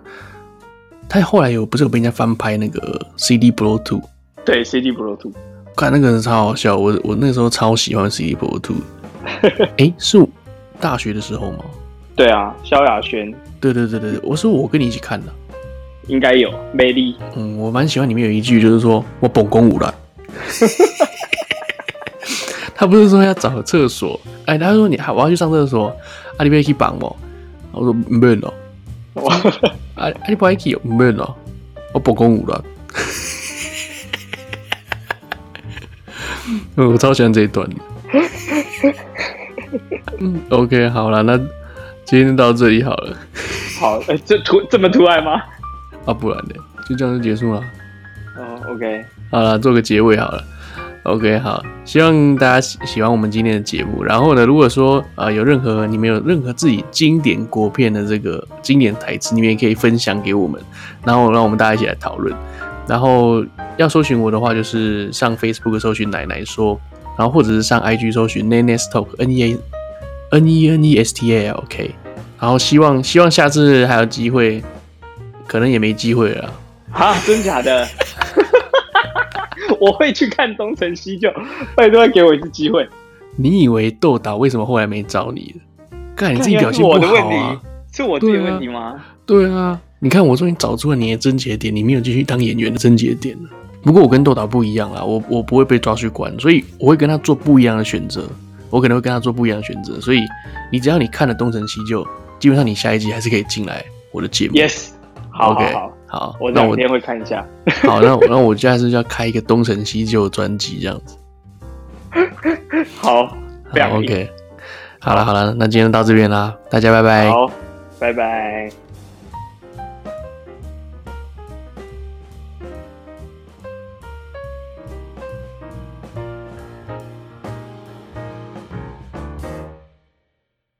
Speaker 1: 它后来有不是有被人家翻拍那个 CD Pro Two，
Speaker 2: 对，CD Pro Two，
Speaker 1: 看那个人超好笑，我我那时候超喜欢 CD Pro Two。哎、是我大学的时候吗？
Speaker 2: 对啊，萧亚轩
Speaker 1: 对对对对，对我说我跟你一起看的。
Speaker 2: 应该有魅 <laughs> 力。
Speaker 1: 嗯，我蛮喜欢里面有一句，就是说我本宫无赖。 <laughs> 他不是说要找厕所，哎，他说你好，我要去上厕所，啊，你不要去绑我。我说不用了，
Speaker 2: 我
Speaker 1: 啊，啊你不要去哦，不用了，我本宫无赖。 <laughs> 嗯我超喜欢这一段的。嗯，OK，好了，那今天就到这里好了，
Speaker 2: 好，呃这突这么突然吗？
Speaker 1: 啊，不然呢，就这样就结束了。
Speaker 2: 嗯，OK，
Speaker 1: 好了，做个结尾好了。OK，好，希望大家喜喜欢我们今天的节目。然后呢，如果说呃有任何你们有任何自己经典国片的这个经典台词，你们也可以分享给我们，然后让我们大家一起来讨论。然后要搜寻我的话，就是上 Facebook 搜寻奶奶说，然后或者是上 IG 搜寻 Nenes Talk N E A N E N E S T A L K。然后希望希望下次还有机会，可能也没机会了啊。
Speaker 2: 哈，真假 <laughs> 的？我会去看东成西就，拜托给我一次机会。
Speaker 1: 你以为豆导为什么后来没找你了？看你自己表现不
Speaker 2: 看原来是
Speaker 1: 好
Speaker 2: 我的问
Speaker 1: 啊
Speaker 2: 题！，是我自己的
Speaker 1: 对啊
Speaker 2: 问题吗？
Speaker 1: 对啊，你看我终于找出了你的症结点，你没有继续当演员的症结点了。不过我跟豆导不一样啦，我我不会被抓去关，所以我会跟他做不一样的选择，我可能会跟他做不一样的选择。所以你只要你看了《东成西就》，基本上你下一集还是可以进来我的节目。
Speaker 2: Yes，好好
Speaker 1: OK，
Speaker 2: 好，
Speaker 1: 好，
Speaker 2: 我这
Speaker 1: 那
Speaker 2: 两
Speaker 1: 我
Speaker 2: 天会看一下。
Speaker 1: 好，那我那我下次就要开一个《东成西就》专辑这样子。
Speaker 2: 好，非
Speaker 1: 好
Speaker 2: 常硬
Speaker 1: ，OK，好了好了，那今天就到这边啦，大家拜拜。
Speaker 2: 好，拜拜。